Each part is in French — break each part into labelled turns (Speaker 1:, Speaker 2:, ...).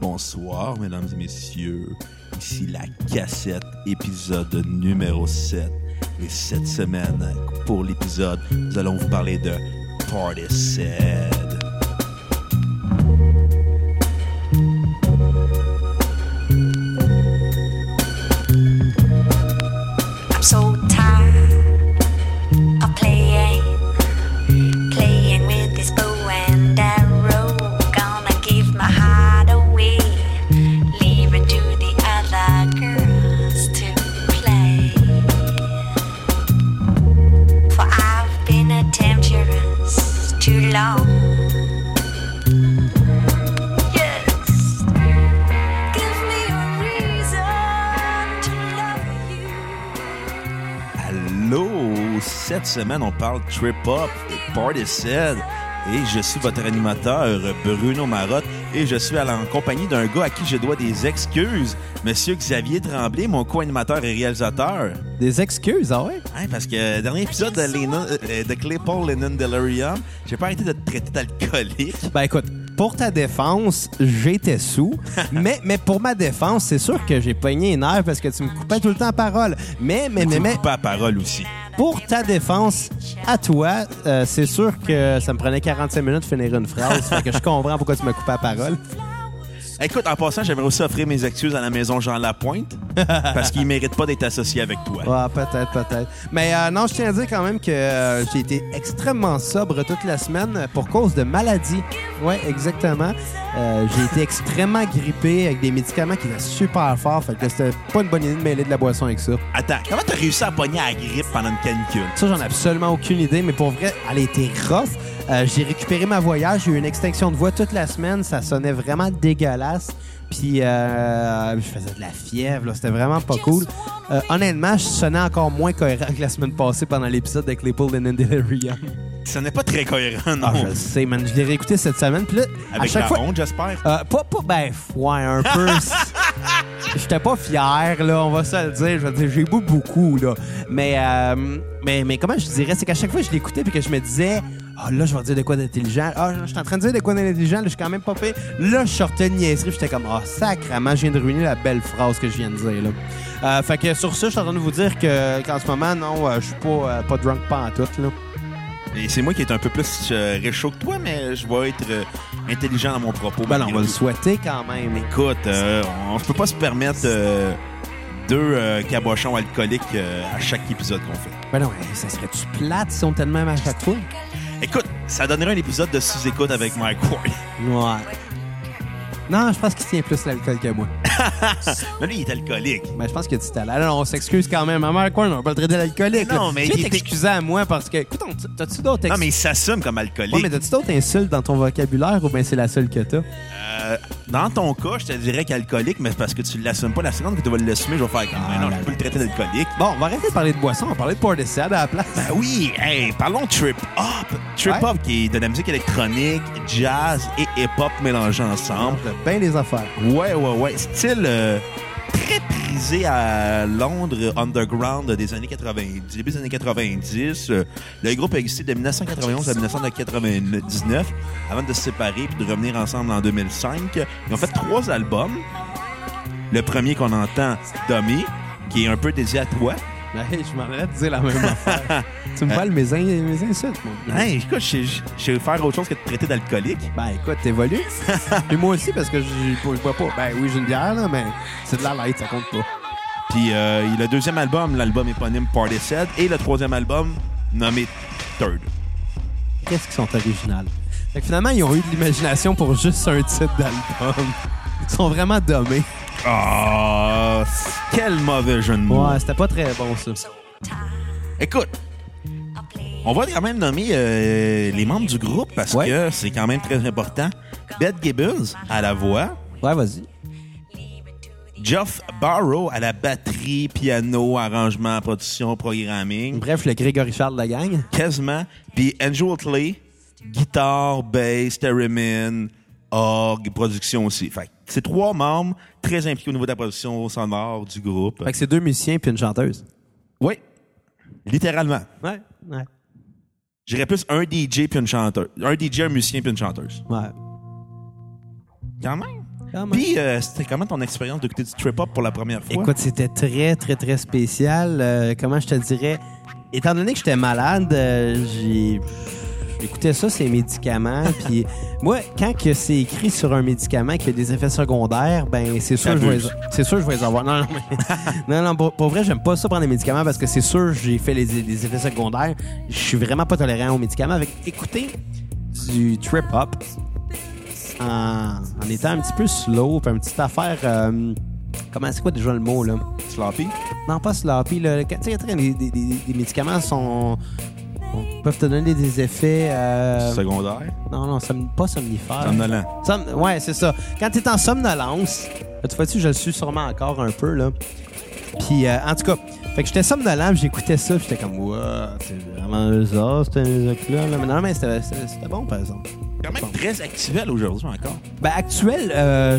Speaker 1: Bonsoir, mesdames et messieurs. Ici la cassette, épisode numéro 7. Et cette semaine, pour l'épisode, nous allons vous parler de Particide.
Speaker 2: I'm so tired of playing, playing with this bow and arrow. Gonna give my heart away, leave it to the other girls to play. For I've been a temptress too long. Yes, give me a reason to love you.
Speaker 1: Allô! Cette semaine, on parle trip hop et Particide. Et je suis votre animateur, Bruno Marotte, et je suis à la- en compagnie d'un gars à qui je dois des excuses, Monsieur Xavier Tremblay, mon co-animateur et réalisateur.
Speaker 3: Des excuses, ah ouais?
Speaker 1: Hein, parce que euh, dernier épisode de, Lennon- euh, euh, de Claypole Lennon Delirium, j'ai pas arrêté de te traiter d'alcoolique.
Speaker 3: Ben écoute, pour ta défense, j'étais sous. mais, mais pour ma défense, c'est sûr que j'ai pogné une heure parce que tu me coupais tout le temps la parole. Mais, mais, mais, mais,
Speaker 1: Pas à parole aussi.
Speaker 3: pour ta défense, à toi, euh, c'est sûr que ça me prenait 45 minutes de finir une phrase. fait que je comprends pourquoi tu me coupé la parole.
Speaker 1: Écoute, en passant, j'aimerais aussi offrir mes excuses à la maison Jean Lapointe, parce qu'il mérite pas d'être associé avec toi.
Speaker 3: Ah, peut-être, peut-être. Mais euh, non, je tiens à dire quand même que euh, j'ai été extrêmement sobre toute la semaine pour cause de maladie. Ouais, exactement. Euh, j'ai été extrêmement grippé avec des médicaments qui étaient super forts. Fait que c'était pas une bonne idée de mêler de la boisson avec ça.
Speaker 1: Attends, comment t'as réussi à pogner à la grippe pendant une canicule?
Speaker 3: Ça, j'en ai absolument aucune idée, mais pour vrai, elle était rough. Euh, j'ai récupéré ma voyage, j'ai eu une extinction de voix toute la semaine, ça sonnait vraiment dégueulasse. Puis euh, je faisais de la fièvre, là, c'était vraiment pas cool. Euh, honnêtement, je sonnais encore moins cohérent que la semaine passée pendant l'épisode avec les poules and Delirium.
Speaker 1: Ça n'est pas très cohérent, non?
Speaker 3: Ah, je le sais, man, je l'ai réécouté cette semaine. Puis là, à
Speaker 1: avec
Speaker 3: chaque
Speaker 1: la
Speaker 3: fois,
Speaker 1: honte, j'espère.
Speaker 3: euh, pas, pas, ben, f- ouais, un peu. J'étais pas fier, là, on va se le dire. Je veux dire, j'ai bu beaucoup, là. Mais, euh, mais, mais comment je dirais? C'est qu'à chaque fois que je l'écoutais puis que je me disais, ah, là, je vais dire de quoi d'intelligent. Ah, je suis en train de dire de quoi d'intelligent, là, je suis quand même pas pire. Là, je sortais de niaiserie puis j'étais comme, ah, sacrement, je viens de ruiner la belle phrase que je viens de dire, là. Euh, fait que sur ça, je suis en train de vous dire que, qu'en ce moment, non, euh, je suis pas, euh, pas drunk pas en tout, là.
Speaker 1: Et c'est moi qui est un peu plus euh, réchaud que toi, mais je vais être euh, intelligent dans mon propos.
Speaker 3: Ben, non, on
Speaker 1: malgré
Speaker 3: va le
Speaker 1: tout.
Speaker 3: souhaiter quand même.
Speaker 1: Écoute, euh, on ne peut pas se permettre euh, deux euh, cabochons alcooliques euh, à chaque épisode qu'on fait.
Speaker 3: Ben non, hey, ça serait-tu plate si on était de même à chaque fois?
Speaker 1: Écoute, ça donnerait un épisode de sous-écoute avec Mike Ward.
Speaker 3: Ouais. Non, je pense qu'il tient plus l'alcool que moi.
Speaker 1: Mais lui, il est alcoolique.
Speaker 3: Mais je pense qu'il a du talent. Alors, on s'excuse quand même. Maman, quoi, on va pas le traiter d'alcoolique.
Speaker 1: Non,
Speaker 3: là.
Speaker 1: mais
Speaker 3: Tu
Speaker 1: il
Speaker 3: vas
Speaker 1: est-
Speaker 3: t'excuser à moi parce que. Écoute, on- t'as-tu d'autres
Speaker 1: Non,
Speaker 3: ex-
Speaker 1: mais il s'assume comme alcoolique.
Speaker 3: Ouais, mais t'as-tu d'autres insultes dans ton vocabulaire ou bien c'est la seule que t'as?
Speaker 1: Euh, dans ton cas, je te dirais qu'alcoolique, mais c'est parce que tu l'assumes pas. La seconde que tu vas l'assumer, je vais faire comme.
Speaker 3: Ah,
Speaker 1: Mais non,
Speaker 3: là,
Speaker 1: je peux le traiter d'alcoolique.
Speaker 3: Bon, on va arrêter de parler de boisson. On va parler de Portishead à la place.
Speaker 1: Ben oui, hey, parlons de trip hop. Trip
Speaker 3: Ouais.
Speaker 1: hop qui est de la musique électronique, jazz et hip hop mélangés ensemble.
Speaker 3: bien ben des affaires.
Speaker 1: Ouais, ouais, ouais. Style euh, très prisé à Londres, euh, underground euh, des années 90, début des années 90. Euh, Le groupe a existé de 1991 à 1999 avant de se séparer puis de revenir ensemble en 2005. Ils ont fait trois albums. Le premier qu'on entend, Dummy, qui est un peu dédié à toi.
Speaker 3: Ben, hey, je m'en allais te dire la même affaire. Tu me voles mes, in- mes insultes, moi.
Speaker 1: Hey, écoute, je sais- je sais faire autre chose que de traiter d'alcoolique.
Speaker 3: Ben écoute, t'évolues. Et moi aussi, parce que je je bois pas. Ben oui, j'ai une bière, là, mais c'est de la light, ça compte pas.
Speaker 1: Puis euh, le deuxième album, l'album éponyme Party Set, et le troisième album nommé Third.
Speaker 3: qu'est-ce qu'ils sont originales. Fait que finalement, ils ont eu de l'imagination pour juste un titre d'album. Ils sont vraiment dommés.
Speaker 1: Ah, quel mauvais jeu de mots.
Speaker 3: Ouais, c'était pas très bon, ça.
Speaker 1: Écoute, on va quand même nommer euh, les membres du groupe parce
Speaker 3: Ouais.
Speaker 1: que c'est quand même très important. Beth Gibbons à la voix,
Speaker 3: Ouais, vas-y.
Speaker 1: Geoff Barrow à la batterie, piano, arrangement, production, programming,
Speaker 3: Bref, le Grégory Charles de la gang.
Speaker 1: quasiment, puis Andrew Otley, guitare, bass, theremin, orgue, production aussi. Fait que c'est trois membres très impliqués au niveau de la production sonore du groupe.
Speaker 3: Fait que c'est deux musiciens puis une chanteuse.
Speaker 1: Oui, littéralement.
Speaker 3: Ouais, ouais.
Speaker 1: J'irais plus un DJ puis une chanteuse. Un DJ, un musicien puis une chanteuse.
Speaker 3: Ouais.
Speaker 1: Quand même.
Speaker 3: Quand même.
Speaker 1: Puis, euh, c'était comment ton expérience d'écouter du trip-hop pour la première fois?
Speaker 3: Écoute, c'était très, très, très spécial. Euh, comment je te dirais? Étant donné que j'étais malade, euh, j'ai... J'écoutais ça, ces médicaments. Puis moi, quand que c'est écrit sur un médicament qui a des effets secondaires, ben c'est sûr, que je vais les-
Speaker 1: T'abuses.
Speaker 3: c'est sûr que je vais les avoir. Non, non, mais- non, non, pour, pour vrai, j'aime pas ça prendre des médicaments parce que c'est sûr que j'ai fait les, les effets secondaires. Je suis vraiment pas tolérant aux médicaments. Avec écouter du trip hop en, en étant un petit peu slow, puis une petite affaire. euh, comment c'est quoi déjà le mot là?
Speaker 1: Sloppy?
Speaker 3: Non, pas sloppy. Là. Quand- Tu sais, quand les, les- les- les médicaments sont on- peuvent te donner des effets. euh,
Speaker 1: Secondaire?
Speaker 3: non, non, som- pas somnifère.
Speaker 1: Somnolent.
Speaker 3: Som- ouais, c'est ça. Quand t'es en somnolence, là, tu vois-tu, je le suis sûrement encore un peu, là. Puis, euh, en tout cas, fait que j'étais somnolent, puis j'éctais ça, puis j'étais comme, wow, c'est vraiment bizarre, cette musique-là. là. Mais non, mais c'était- c'était c'était bon, par exemple.
Speaker 1: Quand même très actuel aujourd'hui encore.
Speaker 3: Ben, actuel, euh,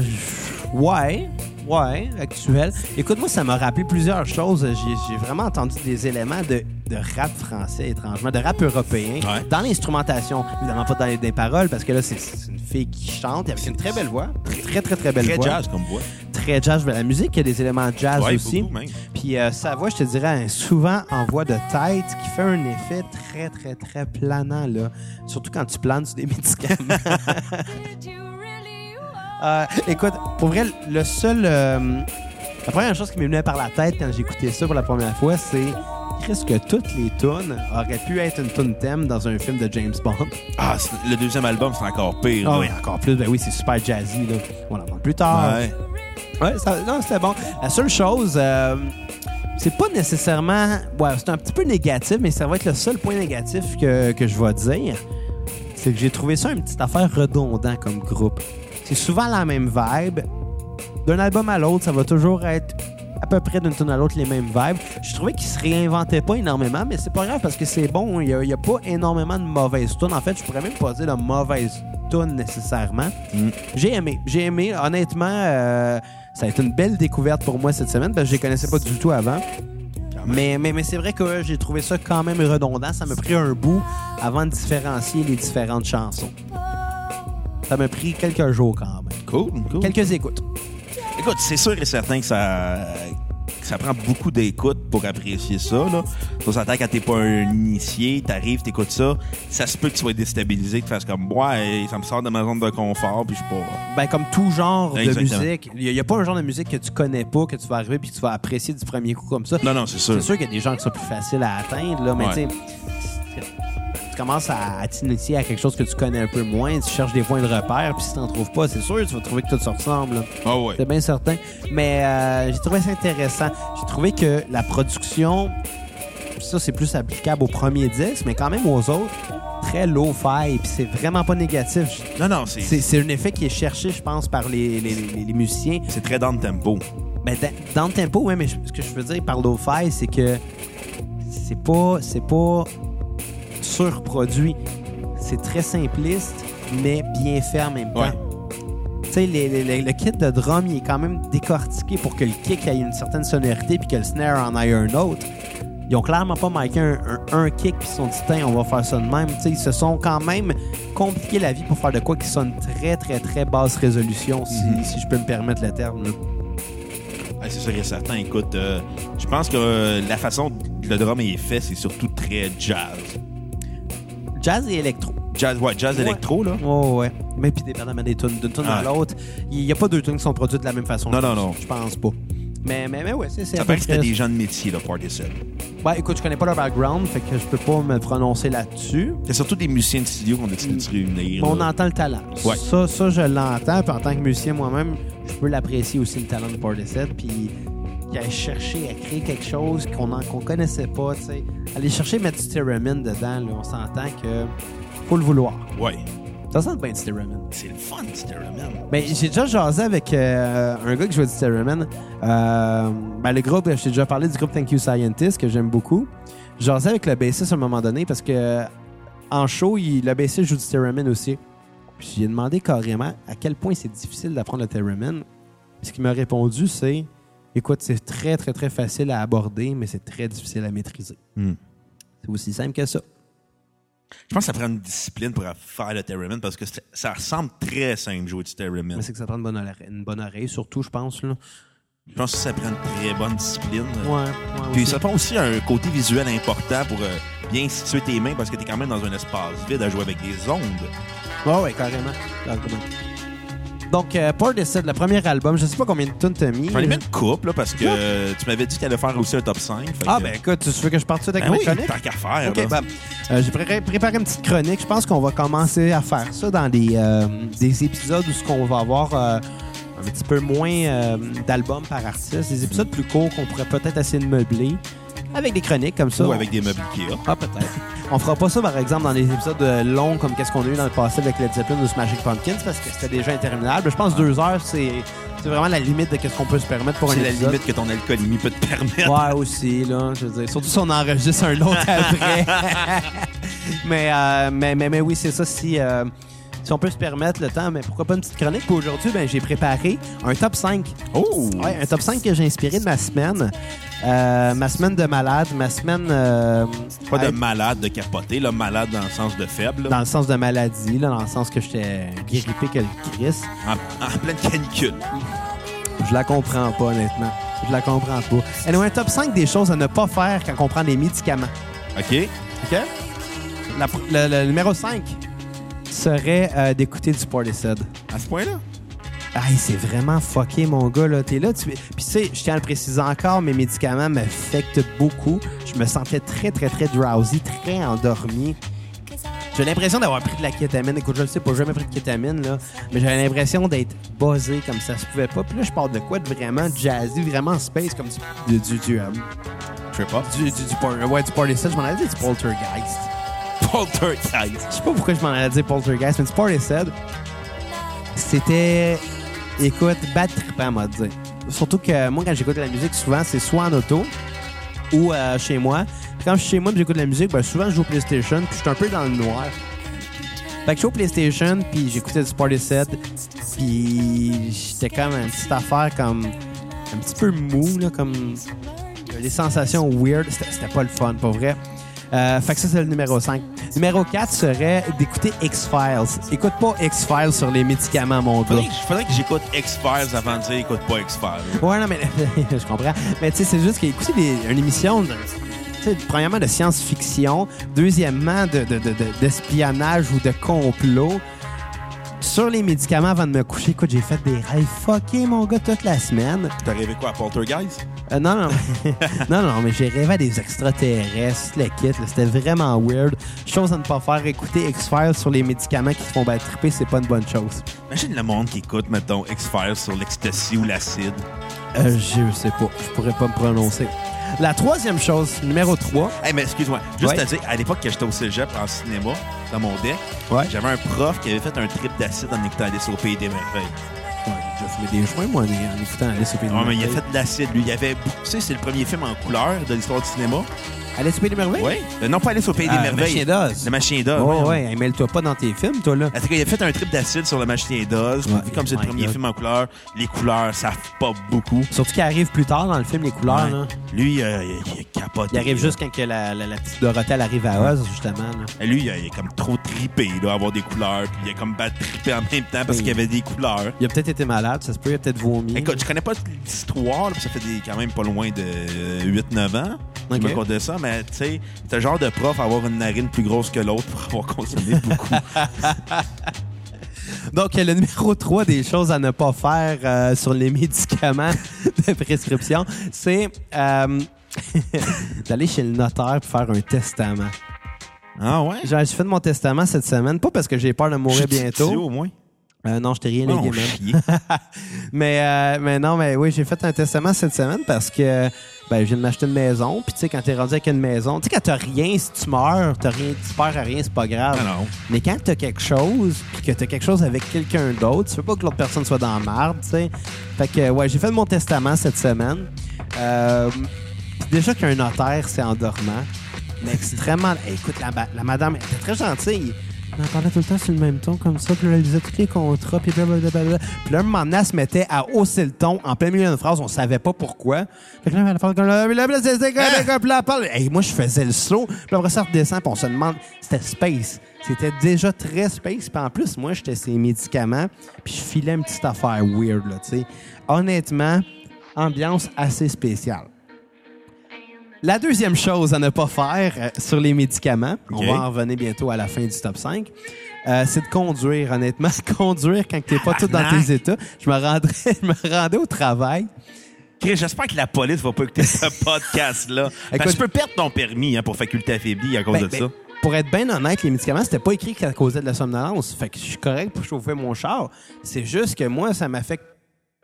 Speaker 3: ouais. Ouais, actuel. Écoute, moi, ça m'a rappelé plusieurs choses. J'ai j'ai vraiment entendu des éléments de, de rap français, étrangement, de rap européen,
Speaker 1: Ouais.
Speaker 3: dans l'instrumentation. Évidemment, pas dans les, dans les paroles, parce que là, c'est- c'est une fille qui chante avec une très belle voix. Très, très, très belle
Speaker 1: Très
Speaker 3: voix.
Speaker 1: jazz comme voix.
Speaker 3: Très jazz. Ben, La musique, il y a des éléments jazz
Speaker 1: Ouais,
Speaker 3: aussi.
Speaker 1: beaucoup même.
Speaker 3: Puis euh, sa voix, je te dirais, est souvent en voix de tête, qui fait un effet très, très, très planant, là. Surtout quand tu planes sur des médicaments. Euh, écoute, pour vrai, le seul. euh, la première chose qui m'est venue par la tête quand j'ai écouté ça pour la première fois, c'est. Chris, que toutes les tunes auraient pu être une tune thème dans un film de James Bond.
Speaker 1: Ah, c'est- le deuxième album, c'est encore pire.
Speaker 3: Ah,
Speaker 1: là.
Speaker 3: oui, encore plus. Ben oui, c'est super jazzy, là. On en parle plus tard.
Speaker 1: Ah Ouais.
Speaker 3: Ouais, ça- non, c'était bon. La seule chose, euh, c'est pas nécessairement. Ouais, c'est un petit peu négatif, mais ça va être le seul point négatif que, que je vais dire. C'est que j'ai trouvé ça une petite affaire redondant comme groupe. C'est souvent la même vibe. D'un album à l'autre, ça va toujours être à peu près d'une tune à l'autre les mêmes vibes. Je trouvais qu'ils se réinventaient pas énormément, mais c'est pas grave parce que c'est bon. Il n'y a, pas énormément de mauvaises tunes. En fait, je pourrais même pas dire de mauvaises tunes nécessairement. J'ai aimé. J'ai aimé. Honnêtement, euh, ça a été une belle découverte pour moi cette semaine parce que je les connaissais pas du tout avant. Mais, mais, mais c'est vrai que euh, j'ai trouvé ça quand même redondant. Ça m'a pris un bout avant de différencier les différentes chansons. Ça m'a pris quelques jours quand même.
Speaker 1: Cool, cool.
Speaker 3: Quelques écoutes.
Speaker 1: Écoute, c'est sûr et certain que ça, que ça prend beaucoup d'écoute pour apprécier ça. Là. Ça s'attend quand t'es pas un initié, t'arrives, t'écoutes ça, ça se peut que tu sois déstabilisé, que tu fasses comme ouais, ça me sort de ma zone de confort, puis je suis pas.
Speaker 3: Ben, comme tout genre
Speaker 1: Exactement.
Speaker 3: de musique, il n'y a, pas un genre de musique que tu connais pas, que tu vas arriver puis que tu vas apprécier du premier coup comme ça.
Speaker 1: Non, non, c'est sûr.
Speaker 3: C'est sûr qu'il y a des gens qui sont plus faciles à atteindre, là, mais
Speaker 1: Ouais.
Speaker 3: tu sais, tu commences à, à t'initier à quelque chose que tu connais un peu moins, tu cherches des points de repère, puis si t'en trouves pas, c'est sûr, tu vas trouver que tout se ressemble. là.
Speaker 1: Ah ouais.
Speaker 3: C'est bien certain. Mais euh, j'ai trouvé ça intéressant. J'ai trouvé que la production, ça c'est plus applicable au premier disque, mais quand même aux autres, très low-fi, puis c'est vraiment pas négatif.
Speaker 1: Non, non, c'est
Speaker 3: C'est c'est un effet qui est cherché, je pense, par les, les, les- les musiciens.
Speaker 1: c'est très dans le tempo.
Speaker 3: Ben, dans, dans le tempo, oui, mais je- ce que je veux dire par lo-fi, c'est que c'est pas, c'est pas surproduit. C'est très simpliste, mais bien fait en même temps.
Speaker 1: Ouais.
Speaker 3: Tu sais, les- les- les- le kit de drum, il est quand même décortiqué pour que le kick ait une certaine sonorité puis que le snare en ait un autre. Ils ont clairement pas marqué un, un- un kick puis ils se sont dit, Tiens, on va faire ça de même. Tu sais, ils se sont quand même compliqué la vie pour faire de quoi qui sonne très, très, très basse résolution, si,
Speaker 1: Mhm.
Speaker 3: si je peux me permettre le terme. là.
Speaker 1: Ah, c'est sûr et certain. Écoute, euh, je pense que euh, la façon que le drum est fait, c'est surtout très jazz.
Speaker 3: Jazz et électro.
Speaker 1: Jazz, ouais, jazz
Speaker 3: Ouais.
Speaker 1: électro, là.
Speaker 3: Oh, ouais. Mais puis dépendamment des tunes, d'une tune à
Speaker 1: Ah.
Speaker 3: l'autre, il n'y a pas deux tunes qui sont produites de la même façon.
Speaker 1: Non,
Speaker 3: je
Speaker 1: non,
Speaker 3: pense.
Speaker 1: non.
Speaker 3: Je pense pas. Mais, mais, mais ouais, c'est c'est à
Speaker 1: Ça
Speaker 3: peu
Speaker 1: paraît que c'était
Speaker 3: près
Speaker 1: des gens de métier, là, Partisan.
Speaker 3: ça. Ouais, écoute, je connais pas leur background, fait que je peux pas me prononcer là-dessus.
Speaker 1: C'est surtout des musiciens de studio qu'on a décidé de se réunir.
Speaker 3: Mais on
Speaker 1: là.
Speaker 3: entend le talent.
Speaker 1: Ouais.
Speaker 3: Ça, ça, je l'entends. Puis en tant que musicien moi-même, je peux l'apprécier aussi, le talent de Portishead. Puis il a cherché à créer quelque chose qu'on en- qu'on connaissait pas. tu sais. Aller chercher mettre du theremin dedans, là, on s'entend que faut le vouloir.
Speaker 1: Ouais.
Speaker 3: Ça sent bien du theremin.
Speaker 1: C'est le fun, c'était même.
Speaker 3: Ben, j'ai déjà jasé avec euh, un gars qui jouait du theremin. Euh, ben, le groupe, je t'ai déjà parlé du groupe Thank You Scientist, que j'aime beaucoup. Jasais avec le bassiste à un moment donné parce que en show, il, le bassiste joue du theremin aussi. Puis j'ai demandé carrément à quel point c'est difficile d'apprendre le theremin. Puis Ce qu'il m'a répondu, c'est écoute, c'est très, très, très
Speaker 1: Hmm.
Speaker 3: facile à aborder, mais c'est très difficile à maîtriser. C'est aussi simple que ça.
Speaker 1: Je pense que ça prend une discipline pour faire le theremin parce que c'est- ça ressemble très simple jouer du theremin.
Speaker 3: Mais c'est que ça prend une bonne oreille, une bonne oreille surtout, je pense. Là.
Speaker 1: Je pense que ça prend une très bonne discipline.
Speaker 3: Ouais,
Speaker 1: Puis ça prend aussi un côté visuel important pour euh, bien situer tes mains parce que t'es quand même dans un espace vide à jouer avec des ondes.
Speaker 3: Ouais, ouais, carrément. carrément. Donc, euh, Paul Decide, le premier album, je sais pas combien de tunes t'as mis.
Speaker 1: J'en ai mis une coupe là, parce que euh, tu m'avais dit qu'elle allait faire aussi un top 5. fait
Speaker 3: Ah,
Speaker 1: que-
Speaker 3: ben écoute, tu veux que je parte tout de suite
Speaker 1: Ben
Speaker 3: avec
Speaker 1: oui,
Speaker 3: ma chronique?
Speaker 1: tant qu'à faire.
Speaker 3: Ok,
Speaker 1: là.
Speaker 3: ben, euh, j'ai pré- préparé une petite chronique. Je pense qu'on va commencer à faire ça dans des, euh, des épisodes où ce qu'on va avoir euh, un petit peu moins euh, d'albums par artiste, des épisodes plus courts qu'on pourrait peut-être essayer de meubler avec des chroniques comme ça.
Speaker 1: Ou avec des meubles Ikea.
Speaker 3: Ah, peut-être. On fera pas ça, par exemple, dans des épisodes euh, longs comme qu'est-ce qu'on a eu dans le passé avec Led Zeppelin ou Smashing Pumpkins parce que c'était déjà interminable. Je pense deux heures, c'est c'est vraiment la limite de qu'est-ce qu'on peut se permettre pour un
Speaker 1: C'est la
Speaker 3: épisode.
Speaker 1: limite que ton alcoolémie peut te permettre.
Speaker 3: Ouais, aussi, là. Je veux dire, surtout si on enregistre un autre après. mais, euh, mais, mais, mais oui, c'est ça. Si, euh, si on peut se permettre le temps, mais pourquoi pas une petite chronique? Puis aujourd'hui, ben, j'ai préparé un top 5.
Speaker 1: Oh!
Speaker 3: Ouais, un top 5 que j'ai inspiré de ma semaine. Euh, ma semaine de malade, ma semaine. euh,
Speaker 1: Pas de
Speaker 3: à-
Speaker 1: malade de capoter, là, malade dans le sens de faible. là.
Speaker 3: dans le sens de maladie, là, dans le sens que j'étais grippé que le Chris.
Speaker 1: En, en pleine canicule.
Speaker 3: Je la comprends pas, honnêtement. Je la comprends pas. Anyway, un top 5 des choses à ne pas faire quand on prend des médicaments.
Speaker 1: OK?
Speaker 3: OK? La pr- le, le numéro 5 serait euh, d'écouter du Portishead.
Speaker 1: À ce point-là?
Speaker 3: Aïe, c'est vraiment fucké, mon gars. Là. T'es là. Tu... Puis, tu sais, je tiens à le préciser encore, mes médicaments m'affectent beaucoup. Je me sentais très, très, très drowsy, très endormi. J'ai l'impression d'avoir pris de la kétamine. Écoute, je le sais pas, j'ai jamais pris de kétamine, là. Mais j'avais l'impression d'être buzzé comme ça se pouvait pas. Puis là, je parle de quoi de vraiment jazzy, vraiment space, comme du. du. du. du. euh,
Speaker 1: Je sais pas.
Speaker 3: du, du, du por- ouais, du Portishead. Je m'en avais dit du Poltergeist.
Speaker 1: Poltergeist.
Speaker 3: Je sais pas pourquoi je m'en allais dire Poltergeist, mais du Portishead, c'était, écoute, battre trippant, m'a dit. Surtout que moi, quand j'écoute de la musique, souvent, c'est soit en auto ou euh, chez moi. Puis quand je suis chez moi et j'écoute de la musique, ben, souvent, je joue au PlayStation, puis je suis un peu dans le noir. Fait que je joue au PlayStation, puis j'écoutais du Portishead, puis j'étais comme une petite affaire comme un petit peu mou, là, comme il y a des sensations weird. C'était c'était pas le fun, pas vrai. Euh, fait que ça, c'est le numéro 5. Numéro 4 serait d'écouter X-Files. Écoute pas X-Files sur les médicaments, mon gars.
Speaker 1: Faudrait que, faudrait que j'écoute X-Files avant de dire écoute pas X-Files.
Speaker 3: Ouais, non, mais je comprends. Mais tu sais, c'est juste qu'écouter des- une émission, de, tu sais, premièrement, de science-fiction, deuxièmement, de- de- de- de- d'espionnage ou de complot. Sur les médicaments avant de me coucher, écoute, j'ai fait des rêves fuckés, mon gars, toute la semaine.
Speaker 1: T'as rêvé quoi à Poltergeist?
Speaker 3: Euh, non, non, non, non, mais j'ai rêvé à des extraterrestres, le kit, là, c'était vraiment weird. Chose à ne pas faire, écouter X-Files sur les médicaments qui te font battre triper, c'est pas une bonne chose.
Speaker 1: Imagine le monde qui écoute, mettons, X-Files sur l'ecstasy ou l'acide.
Speaker 3: Euh, je sais pas, je pourrais pas me prononcer. La troisième chose, numéro 3.
Speaker 1: Hey, mais excuse-moi, juste
Speaker 3: Ouais.
Speaker 1: à dire, à l'époque que j'étais au cégep en cinéma, dans mon deck,
Speaker 3: Ouais.
Speaker 1: j'avais un prof qui avait fait un trip d'acide en écoutant Alice au Pays des Merveilles.
Speaker 3: j'ai fumé des joints, moi, en, en écoutant Alice au Pays des
Speaker 1: Ouais, mais il a
Speaker 3: Merveilles.
Speaker 1: fait de l'acide, lui. Il avait, beaucoup- tu sais, c'est le premier film en couleur de l'histoire du cinéma.
Speaker 3: Alice au Pays des Merveilles?
Speaker 1: Oui. non, pas Alice au Pays des
Speaker 3: Ah, Le
Speaker 1: Merveilles.
Speaker 3: Machin d'Oz.
Speaker 1: Le Machin d'Oz.
Speaker 3: Oh,
Speaker 1: ouais.
Speaker 3: ouais, hey, mêle-toi pas dans tes films, toi, là.
Speaker 1: En tout cas, il a fait un trip d'acide sur le Machin d'Oz.
Speaker 3: Ouais.
Speaker 1: Puis Comme c'est le
Speaker 3: My
Speaker 1: premier
Speaker 3: God.
Speaker 1: film en couleur, les couleurs, ça pop beaucoup.
Speaker 3: Surtout qu'il arrive plus tard dans le film, les couleurs,
Speaker 1: Ouais.
Speaker 3: là.
Speaker 1: Lui, euh, il, il est capoté.
Speaker 3: Il arrive juste quand que la, la- la petite Dorothée, elle arrive à Oz, justement, là.
Speaker 1: Lui, il, est comme trop trippé, là, à avoir des couleurs. Puis il est comme pas trippé en même temps parce
Speaker 3: Oui.
Speaker 1: qu'il y avait des couleurs.
Speaker 3: Il a peut-être été malade, ça se peut, il a peut-être vomi.
Speaker 1: Écoute, je connais pas toute l'histoire, là, puis ça fait des, quand même pas loin de euh, 8-9 ans. Je
Speaker 3: Ok.
Speaker 1: me compte de ça, mais tu sais, c'est le genre de prof à avoir une narine plus grosse que l'autre pour avoir consommé beaucoup.
Speaker 3: Donc, le numéro 3 des choses à ne pas faire euh, sur les médicaments de prescription, c'est euh, d'aller chez le notaire pour faire un testament.
Speaker 1: Ah ouais?
Speaker 3: Genre, J'ai fait mon testament cette semaine, pas parce que j'ai peur de mourir
Speaker 1: J'ai dit
Speaker 3: bientôt.
Speaker 1: au moins. Ah,
Speaker 3: Euh, non, je t'ai rien légué,
Speaker 1: Non,
Speaker 3: man.
Speaker 1: chier.
Speaker 3: mais, euh, mais non, mais oui, j'ai fait un testament cette semaine parce que ben, je viens de m'acheter une maison. Puis, tu sais, quand t'es rendu avec une maison, tu sais, quand t'as rien, si tu meurs, t'as rien, tu perds à rien, c'est pas grave.
Speaker 1: Non, non.
Speaker 3: Mais quand t'as quelque chose, puis que t'as quelque chose avec quelqu'un d'autre, tu veux pas que l'autre personne soit dans la marde, tu sais. Fait que, ouais, j'ai fait mon testament cette semaine. Euh, puis déjà qu'un notaire, c'est endormant. Mais extrêmement. Hey, écoute, la, ba- la madame elle était très gentille. on entendait tout le temps sur le même ton comme ça, puis là, elle lisait tous les contrats, puis blablabla. Puis là, un moment donné, elle se mettait à hausser le ton en plein milieu d'une phrase, on savait pas pourquoi. Fait que là, elle fait comme là, là, là, c'est- c'est- c'est- puis là, elle parle. Hey, moi, je faisais le slow, puis après ça, elle redescend, puis on se demande, c'était space. C'était déjà très space, puis en plus, moi, j'étais ses médicaments, puis je filais une petite affaire weird, là, tu sais. Honnêtement, ambiance assez spéciale. La deuxième chose à ne pas faire euh, sur les médicaments,
Speaker 1: Ok.
Speaker 3: on va en revenir bientôt à la fin du top 5, euh, c'est de conduire, honnêtement. Conduire quand t'es pas tout dans
Speaker 1: Arnaque.
Speaker 3: tes états. Je me rendrais, je me rendais au travail.
Speaker 1: Chris, j'espère que la police va pas écouter ce podcast-là. Parce que
Speaker 3: Écoute-
Speaker 1: tu peux perdre ton permis hein, pour faculté affaiblie à cause
Speaker 3: Ben,
Speaker 1: de
Speaker 3: ben,
Speaker 1: ça.
Speaker 3: Pour être bien honnête, les médicaments, c'était pas écrit que ça causait de la somnolence. Fait que je suis correct pour chauffer mon char. C'est juste que moi, ça m'affecte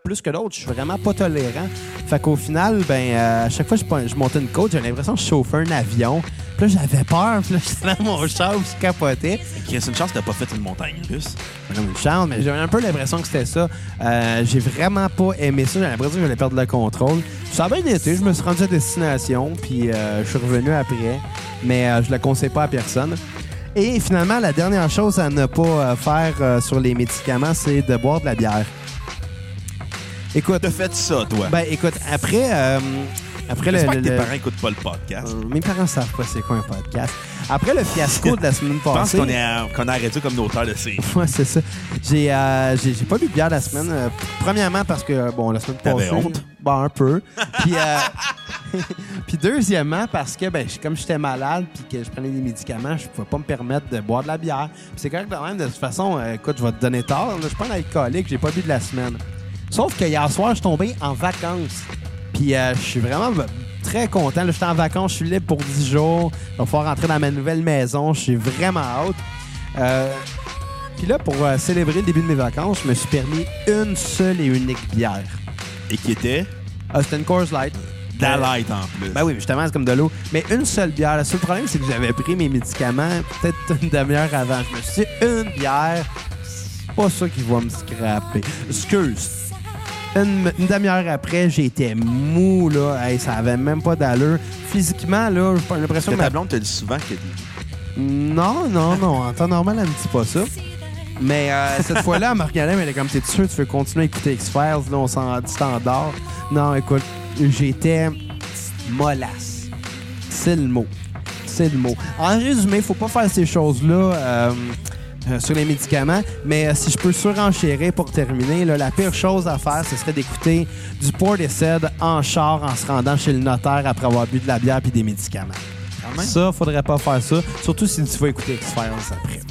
Speaker 3: plus que d'autres. Je suis vraiment pas tolérant. Fait qu'au final, ben, euh, à chaque fois que je pon- je montais une côte, j'avais l'impression que je chauffais un avion. Puis là, j'avais peur. Puis là, j'étais dans mon char, puis je capotais.
Speaker 1: Chris, une chance que t'as pas fait une montagne russe.
Speaker 3: Madame Richard, mais j'avais un peu l'impression que c'était ça. Euh, j'ai vraiment pas aimé ça. J'avais l'impression que j'allais perdre le contrôle. Ça a bien été. Je me suis rendu à destination, puis euh, je suis revenu après. Mais euh, je le conseille pas à personne. Et finalement, la dernière chose à ne pas euh, faire euh, sur les médicaments, c'est de boire de la bière. Écoute,
Speaker 1: T'as fait ça, toi.
Speaker 3: ben écoute, après, euh, après le,
Speaker 1: j'espère
Speaker 3: le-
Speaker 1: que tes
Speaker 3: le-
Speaker 1: parents écoutent pas le podcast.
Speaker 3: Euh, mes parents savent pas c'est quoi un podcast. Après le fiasco de la semaine
Speaker 1: Je pense
Speaker 3: passée,
Speaker 1: qu'on est à- qu'on a arrêté comme notaire de série.
Speaker 3: Ouais, c'est ça. J'ai euh, j'ai j'ai pas bu de bière la semaine. euh, premièrement parce que euh, bon la semaine
Speaker 1: T'avais
Speaker 3: passée.
Speaker 1: honte?
Speaker 3: Ben un peu. Puis euh, puis deuxièmement parce que ben je- comme j'étais malade puis que je prenais des médicaments, je pouvais pas me permettre de boire de la bière. Puis c'est correct quand même de toute façon. euh, écoute, je vais te donner tort. là, Je suis pas un alcoolique, j'ai pas bu de la semaine. Sauf que hier soir, je suis tombé en vacances. Puis euh, je suis vraiment v- très content. Là, j'étais en vacances, je suis libre pour 10 jours. Je vais pouvoir rentrer dans ma nouvelle maison. Je suis vraiment out. Euh, puis là, pour euh, célébrer le début de mes vacances, je me suis permis une seule et unique bière.
Speaker 1: Et qui était
Speaker 3: Ah, c'était une Coors Light.
Speaker 1: de la light en plus.
Speaker 3: Ben oui, justement, c'est comme de l'eau. Mais une seule bière. Le seul problème, c'est que j'avais pris mes médicaments peut-être une demi-heure avant. Je me suis dit, une bière, c'est pas ça qui va me scraper. Excuse. Une, une demi-heure après, j'étais mou, là. Hey, ça avait même pas d'allure. Physiquement, là, j'ai l'impression
Speaker 1: Parce
Speaker 3: que...
Speaker 1: que ta
Speaker 3: ma-
Speaker 1: blonde te dit souvent que t'es-
Speaker 3: Non, non, non. En temps normal, elle me dit pas ça. Mais euh, cette fois-là, elle me regardait, mais elle est comme, t'es sûr, tu veux continuer à écouter X-Files, là, on s'en dit standard. Non, écoute, j'étais mollasse. C'est le mot. C'est le mot. En résumé, faut pas faire ces choses-là euh, euh, sur les médicaments, mais euh, si je peux surenchérer pour terminer, là, la pire chose à faire, ce serait d'écouter du Portishead en char en se rendant chez le notaire après avoir bu de la bière puis des médicaments.
Speaker 1: même.
Speaker 3: Ça, faudrait pas faire ça, surtout si tu vas écouter X-Files après.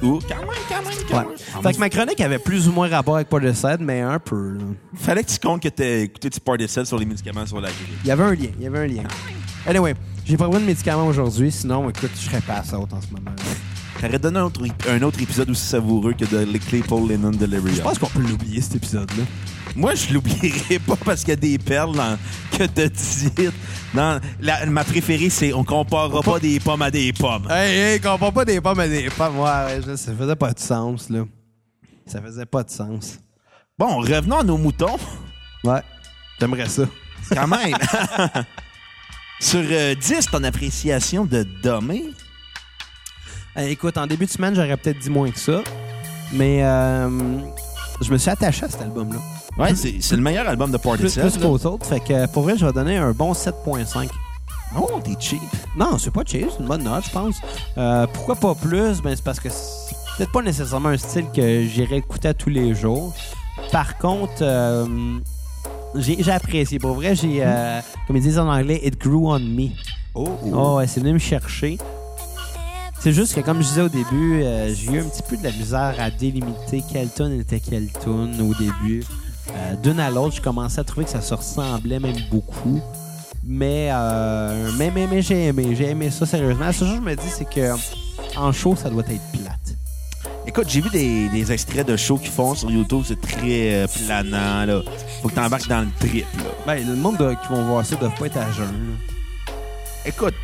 Speaker 1: Ou quand même, quand même, quand
Speaker 3: Ouais.
Speaker 1: même.
Speaker 3: Fait que ma chronique avait plus ou moins rapport avec Paul de Sède, mais un peu. là.
Speaker 1: Fallait que tu comptes que t'as écouté du Portishead sur les médicaments sur la grille.
Speaker 3: Il y avait un lien, il y avait un lien. Anyway, j'ai pas pris de médicaments aujourd'hui, sinon, écoute, je serais pas à ça en ce moment.
Speaker 1: T'aurais donné un autre, ép- un autre épisode aussi savoureux que de les Claypool Lennon Delivery.
Speaker 3: Je pense qu'on peut l'oublier, cet épisode-là.
Speaker 1: Moi, je l'oublierai pas parce qu'il y a des perles dans- que t'as dites. Dans, la- ma préférée, c'est on comparera pas des pommes à des pommes.
Speaker 3: Hey, hey, compare pas des pommes à des pommes. Ouais, ouais, je- ça faisait pas de sens, là. Ça faisait pas de sens.
Speaker 1: Bon, revenons à nos moutons.
Speaker 3: Ouais, j'aimerais ça.
Speaker 1: Quand même. Sur euh, 10, ton appréciation de Domé.
Speaker 3: Euh, écoute, en début de semaine, j'aurais peut-être dit moins que ça, mais euh, je me suis attaché à cet album-là.
Speaker 1: Ouais, c'est c'est le meilleur album de
Speaker 3: Plus,
Speaker 1: Portishead.
Speaker 3: plus
Speaker 1: là.
Speaker 3: qu'aux autres, fait que pour vrai, je vais donner un bon 7.5.
Speaker 1: Oh, t'es cheap.
Speaker 3: Non, c'est pas cheap, c'est une bonne note, je pense. Euh, pourquoi pas plus? Ben, c'est parce que c'est peut-être pas nécessairement un style que j'irais écouter à tous les jours. Par contre, euh, j'ai j'ai apprécié. Pour vrai, j'ai, euh, comme ils disent en anglais, It grew on me.
Speaker 1: Oh,
Speaker 3: Oh, ouais, c'est venu me chercher. C'est juste que, comme je disais au début, euh, j'ai eu un petit peu de la misère à délimiter quelle tune était quelle tune au début. Euh, D'une à l'autre, je commençais à trouver que ça se ressemblait même beaucoup. Mais, euh, mais, mais, mais j'ai aimé. J'ai aimé ça sérieusement. La seule chose que je me dis, c'est que en show, ça doit être plate.
Speaker 1: Écoute, j'ai vu des, des extraits de shows qu'ils font sur YouTube, c'est très euh, planant, là. Faut que t'embarques dans le trip, là.
Speaker 3: Ben, le monde doit- qui vont voir ça ne doit pas être à jeun. là.
Speaker 1: Écoute,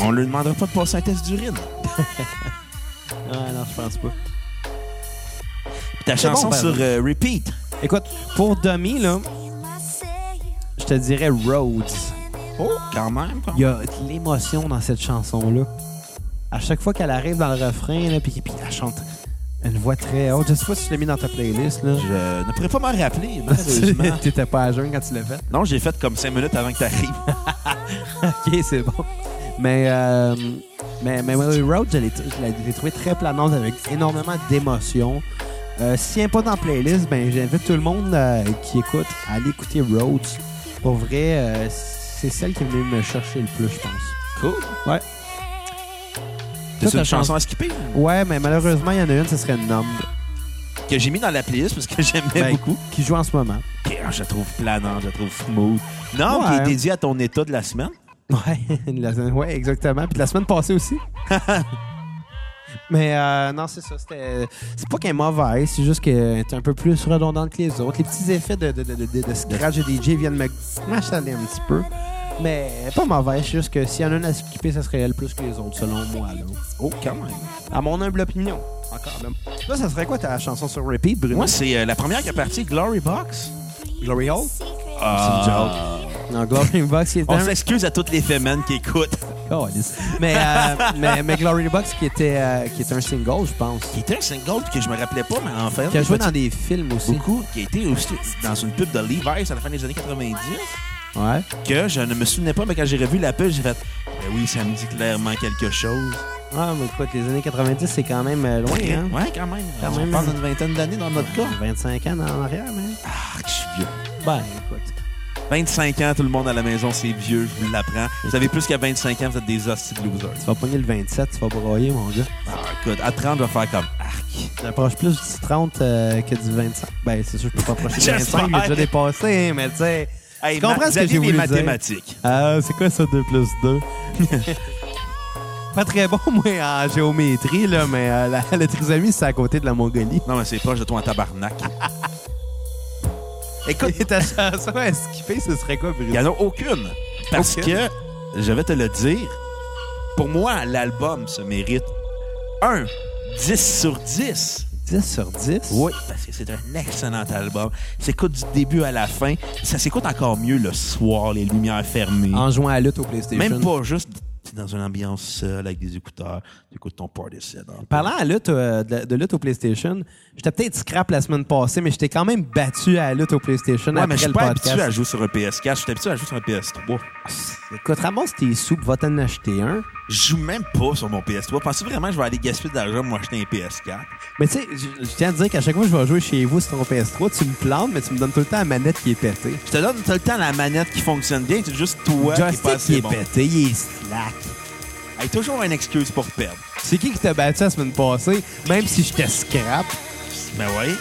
Speaker 1: on lui demandera pas de passer un test d'urine.
Speaker 3: Ah, non, je pense pas.
Speaker 1: Puis ta
Speaker 3: C'est
Speaker 1: chanson
Speaker 3: bon, ben,
Speaker 1: sur euh, Repeat.
Speaker 3: Écoute, pour Domi, là, je te dirais Rhodes.
Speaker 1: Oh, quand même, quand
Speaker 3: Il y a de l'émotion dans cette chanson-là. à chaque fois qu'elle arrive dans le refrain, là, puis, puis elle chante une voix très haute. Je sais pas si je l'ai mis dans ta playlist. Là.
Speaker 1: Je euh, ne pourrais pas m'en rappeler, malheureusement.
Speaker 3: T'étais pas à jeun quand tu l'as fait.
Speaker 1: non, j'ai fait comme cinq minutes avant que tu arrives.
Speaker 3: ok, c'est bon. Mais, euh, mais, mais Willie Road, je l'ai je l'ai- je l'ai trouvé très planante avec énormément d'émotions. Euh, S'il n'est pas dans la playlist, ben, j'invite tout le monde euh, qui écoute à aller écouter Roads. Pour vrai, euh, c'est celle qui est venue me chercher le plus, je pense.
Speaker 1: Cool.
Speaker 3: Ouais.
Speaker 1: C'est
Speaker 3: ta
Speaker 1: une chanson
Speaker 3: chanson.
Speaker 1: à skipper
Speaker 3: Ouais, mais malheureusement, il y en a une, ce serait Numb.
Speaker 1: que j'ai mis dans la playlist parce que j'aimais
Speaker 3: Ben,
Speaker 1: beaucoup.
Speaker 3: Qui joue en ce moment.
Speaker 1: Ok, ah, je la trouve planant, je la trouve smooth. Non,
Speaker 3: Ouais.
Speaker 1: qui est dédié à ton état de la semaine.
Speaker 3: Ouais, la semaine- ouais, exactement. Puis la semaine passée aussi. Mais euh, non, c'est ça. c'était- C'est pas qu'elle est mauvaise, c'est juste qu'elle est un peu plus redondante que les autres. Les petits effets de, de, de, de, de scratch de DJ viennent me m'achaler un petit peu. Mais elle est pas mauvaise, c'est juste que s'il y en a une à skipper, ça serait elle plus que les autres, selon moi. Là.
Speaker 1: Oh, quand même.
Speaker 3: À mon humble opinion. Encore là. Là, ça serait quoi ta chanson sur repeat, Bruno?
Speaker 1: Moi, c'est euh, la première qui est partie, Glory Box.
Speaker 3: Glory Hole?
Speaker 1: Ah.
Speaker 3: Non, Glory Box, qui est
Speaker 1: On
Speaker 3: un-
Speaker 1: s'excuse à toutes les femmes qui écoutent.
Speaker 3: Calisse. mais, euh, mais, mais Glory Box, qui était, euh, qui était un single, je pense.
Speaker 1: Qui était un single que je me rappelais pas, mais en fait.
Speaker 3: Qui a joué
Speaker 1: petit-
Speaker 3: dans des films aussi.
Speaker 1: Beaucoup, qui a été aussi dans une pub de Levi's à la fin des années 90,
Speaker 3: Ouais.
Speaker 1: que je ne me souvenais pas, mais quand j'ai revu la pub, j'ai fait Ben oui, ça me dit clairement quelque chose.
Speaker 3: Ah, mais écoute, les années 90, c'est quand même euh, loin, hein?
Speaker 1: Ouais, quand même.
Speaker 3: Quand
Speaker 1: on
Speaker 3: même. hein.
Speaker 1: parle d'une vingtaine d'années dans notre cas.
Speaker 3: 25 ans en arrière, man.
Speaker 1: Ah, je suis vieux.
Speaker 3: Ben, écoute.
Speaker 1: 25 ans, tout le monde à la maison, c'est vieux, je vous l'apprends. Vous avez plus qu'à 25 ans, vous êtes des hosties de losers.
Speaker 3: Tu vas pogner le 27, tu vas broyer, mon gars.
Speaker 1: Ah, écoute, à 30, je vais faire comme arc.
Speaker 3: J'approche plus du 30 euh, que du 25. Ben, c'est sûr, je peux pas approcher du
Speaker 1: J'espère.
Speaker 3: 25, j'ai déjà dépassé, hein, mais tu sais.
Speaker 1: Hey,
Speaker 3: comprends
Speaker 1: Ma-
Speaker 3: ce que
Speaker 1: Xavier,
Speaker 3: j'ai voulu
Speaker 1: les
Speaker 3: dire.
Speaker 1: mathématiques.
Speaker 3: Euh, c'est quoi ça, 2 plus 2? pas très bon, moi, en géométrie, là, mais euh, la, la trisomie, c'est à côté de la Mongolie.
Speaker 1: Non, mais c'est proche de toi en tabarnak. écoute,
Speaker 3: Et ta chanson à skipper, ce serait quoi,
Speaker 1: Il n'y
Speaker 3: Bruno?
Speaker 1: en a aucune. Parce
Speaker 3: Aucune.
Speaker 1: que, je vais te le dire, pour moi, l'album se mérite un 10 sur 10.
Speaker 3: 10 sur 10?
Speaker 1: Oui, parce que c'est un excellent album. S'écoute du début à la fin. Ça s'écoute encore mieux le soir, les lumières fermées.
Speaker 3: En jouant à la lutte au PlayStation.
Speaker 1: Même pas juste t'es dans une ambiance seule avec des écouteurs, t'écoutes ton party set.
Speaker 3: Parlant à lutte, euh, de, de lutte au PlayStation, j'étais peut-être scrap la semaine passée, mais j'étais quand même battu à la lutte au PlayStation
Speaker 1: Ouais,
Speaker 3: après
Speaker 1: mais je suis
Speaker 3: le
Speaker 1: pas
Speaker 3: podcast.
Speaker 1: habitué à jouer sur un PS4, je suis habitué à jouer sur un PS3.
Speaker 3: Écoute, ramasse tes sous, puis va t'en acheter un.
Speaker 1: Je joue même pas sur mon PS3. Penses-tu vraiment que je vais aller gaspiller de l'argent pour m'acheter un PS4?
Speaker 3: Mais tu sais, je je tiens à te dire qu'à chaque fois que je vais jouer chez vous sur ton PS3, tu me plantes, mais tu me donnes tout le temps la manette qui est pétée.
Speaker 1: Je te donne tout le temps la manette qui fonctionne bien, c'est juste toi
Speaker 3: Le
Speaker 1: qui est pas
Speaker 3: joystick qui
Speaker 1: assez
Speaker 3: est
Speaker 1: bon.
Speaker 3: pété, il est slack.
Speaker 1: Hey, toujours une excuse pour perdre.
Speaker 3: C'est qui qui t'a battu la semaine passée, même si j'étais scrap?
Speaker 1: Ben oui.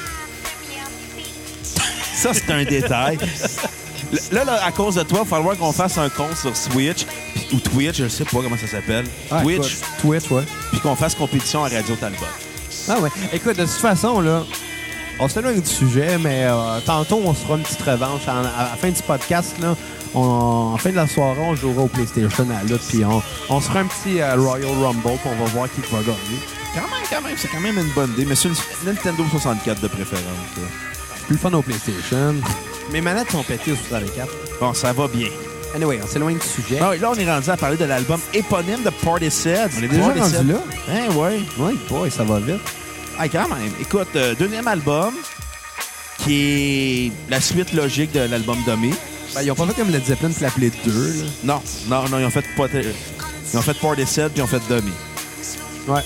Speaker 1: Ça, c'est un détail. Là, là, à cause de toi, il va falloir qu'on fasse un compte sur Switch puis- ou Twitch, je sais pas comment ça s'appelle.
Speaker 3: Ah,
Speaker 1: Twitch,
Speaker 3: écoute, Twitch, ouais.
Speaker 1: puis qu'on fasse compétition à Radio Talbot.
Speaker 3: Ah ouais. Écoute, de toute façon, là, on s'éloigne du sujet, mais euh, tantôt, on se fera une petite revanche. En- à la fin du podcast, là, on- en fin de la soirée, on jouera au PlayStation à la lutte, puis on, on se fera un petit euh, Royal Rumble, puis on va voir qui va gagner.
Speaker 1: Quand même, quand même, c'est quand même une bonne idée, mais c'est une Nintendo 64 de préférence. là.
Speaker 3: Plus fun au PlayStation. Mes manettes sont pétées au 64.
Speaker 1: Bon, ça va bien.
Speaker 3: Anyway, on s'éloigne du sujet.
Speaker 1: Ah oui, là, on est rendu à parler de l'album éponyme de Party Set. On est
Speaker 3: déjà rendu là?
Speaker 1: Hein, ouais.
Speaker 3: Oui, boy, ça va vite.
Speaker 1: Ah, quand même. Écoute, euh, deuxième album, qui est la suite logique de l'album Dummy.
Speaker 3: Ben, ils ont pas fait comme le Zeppelin pour l'appeler 2,
Speaker 1: Non, non, non, ils ont fait, pas- euh, ils ont fait Party Set, puis ils ont fait Dummy.
Speaker 3: là. Ouais.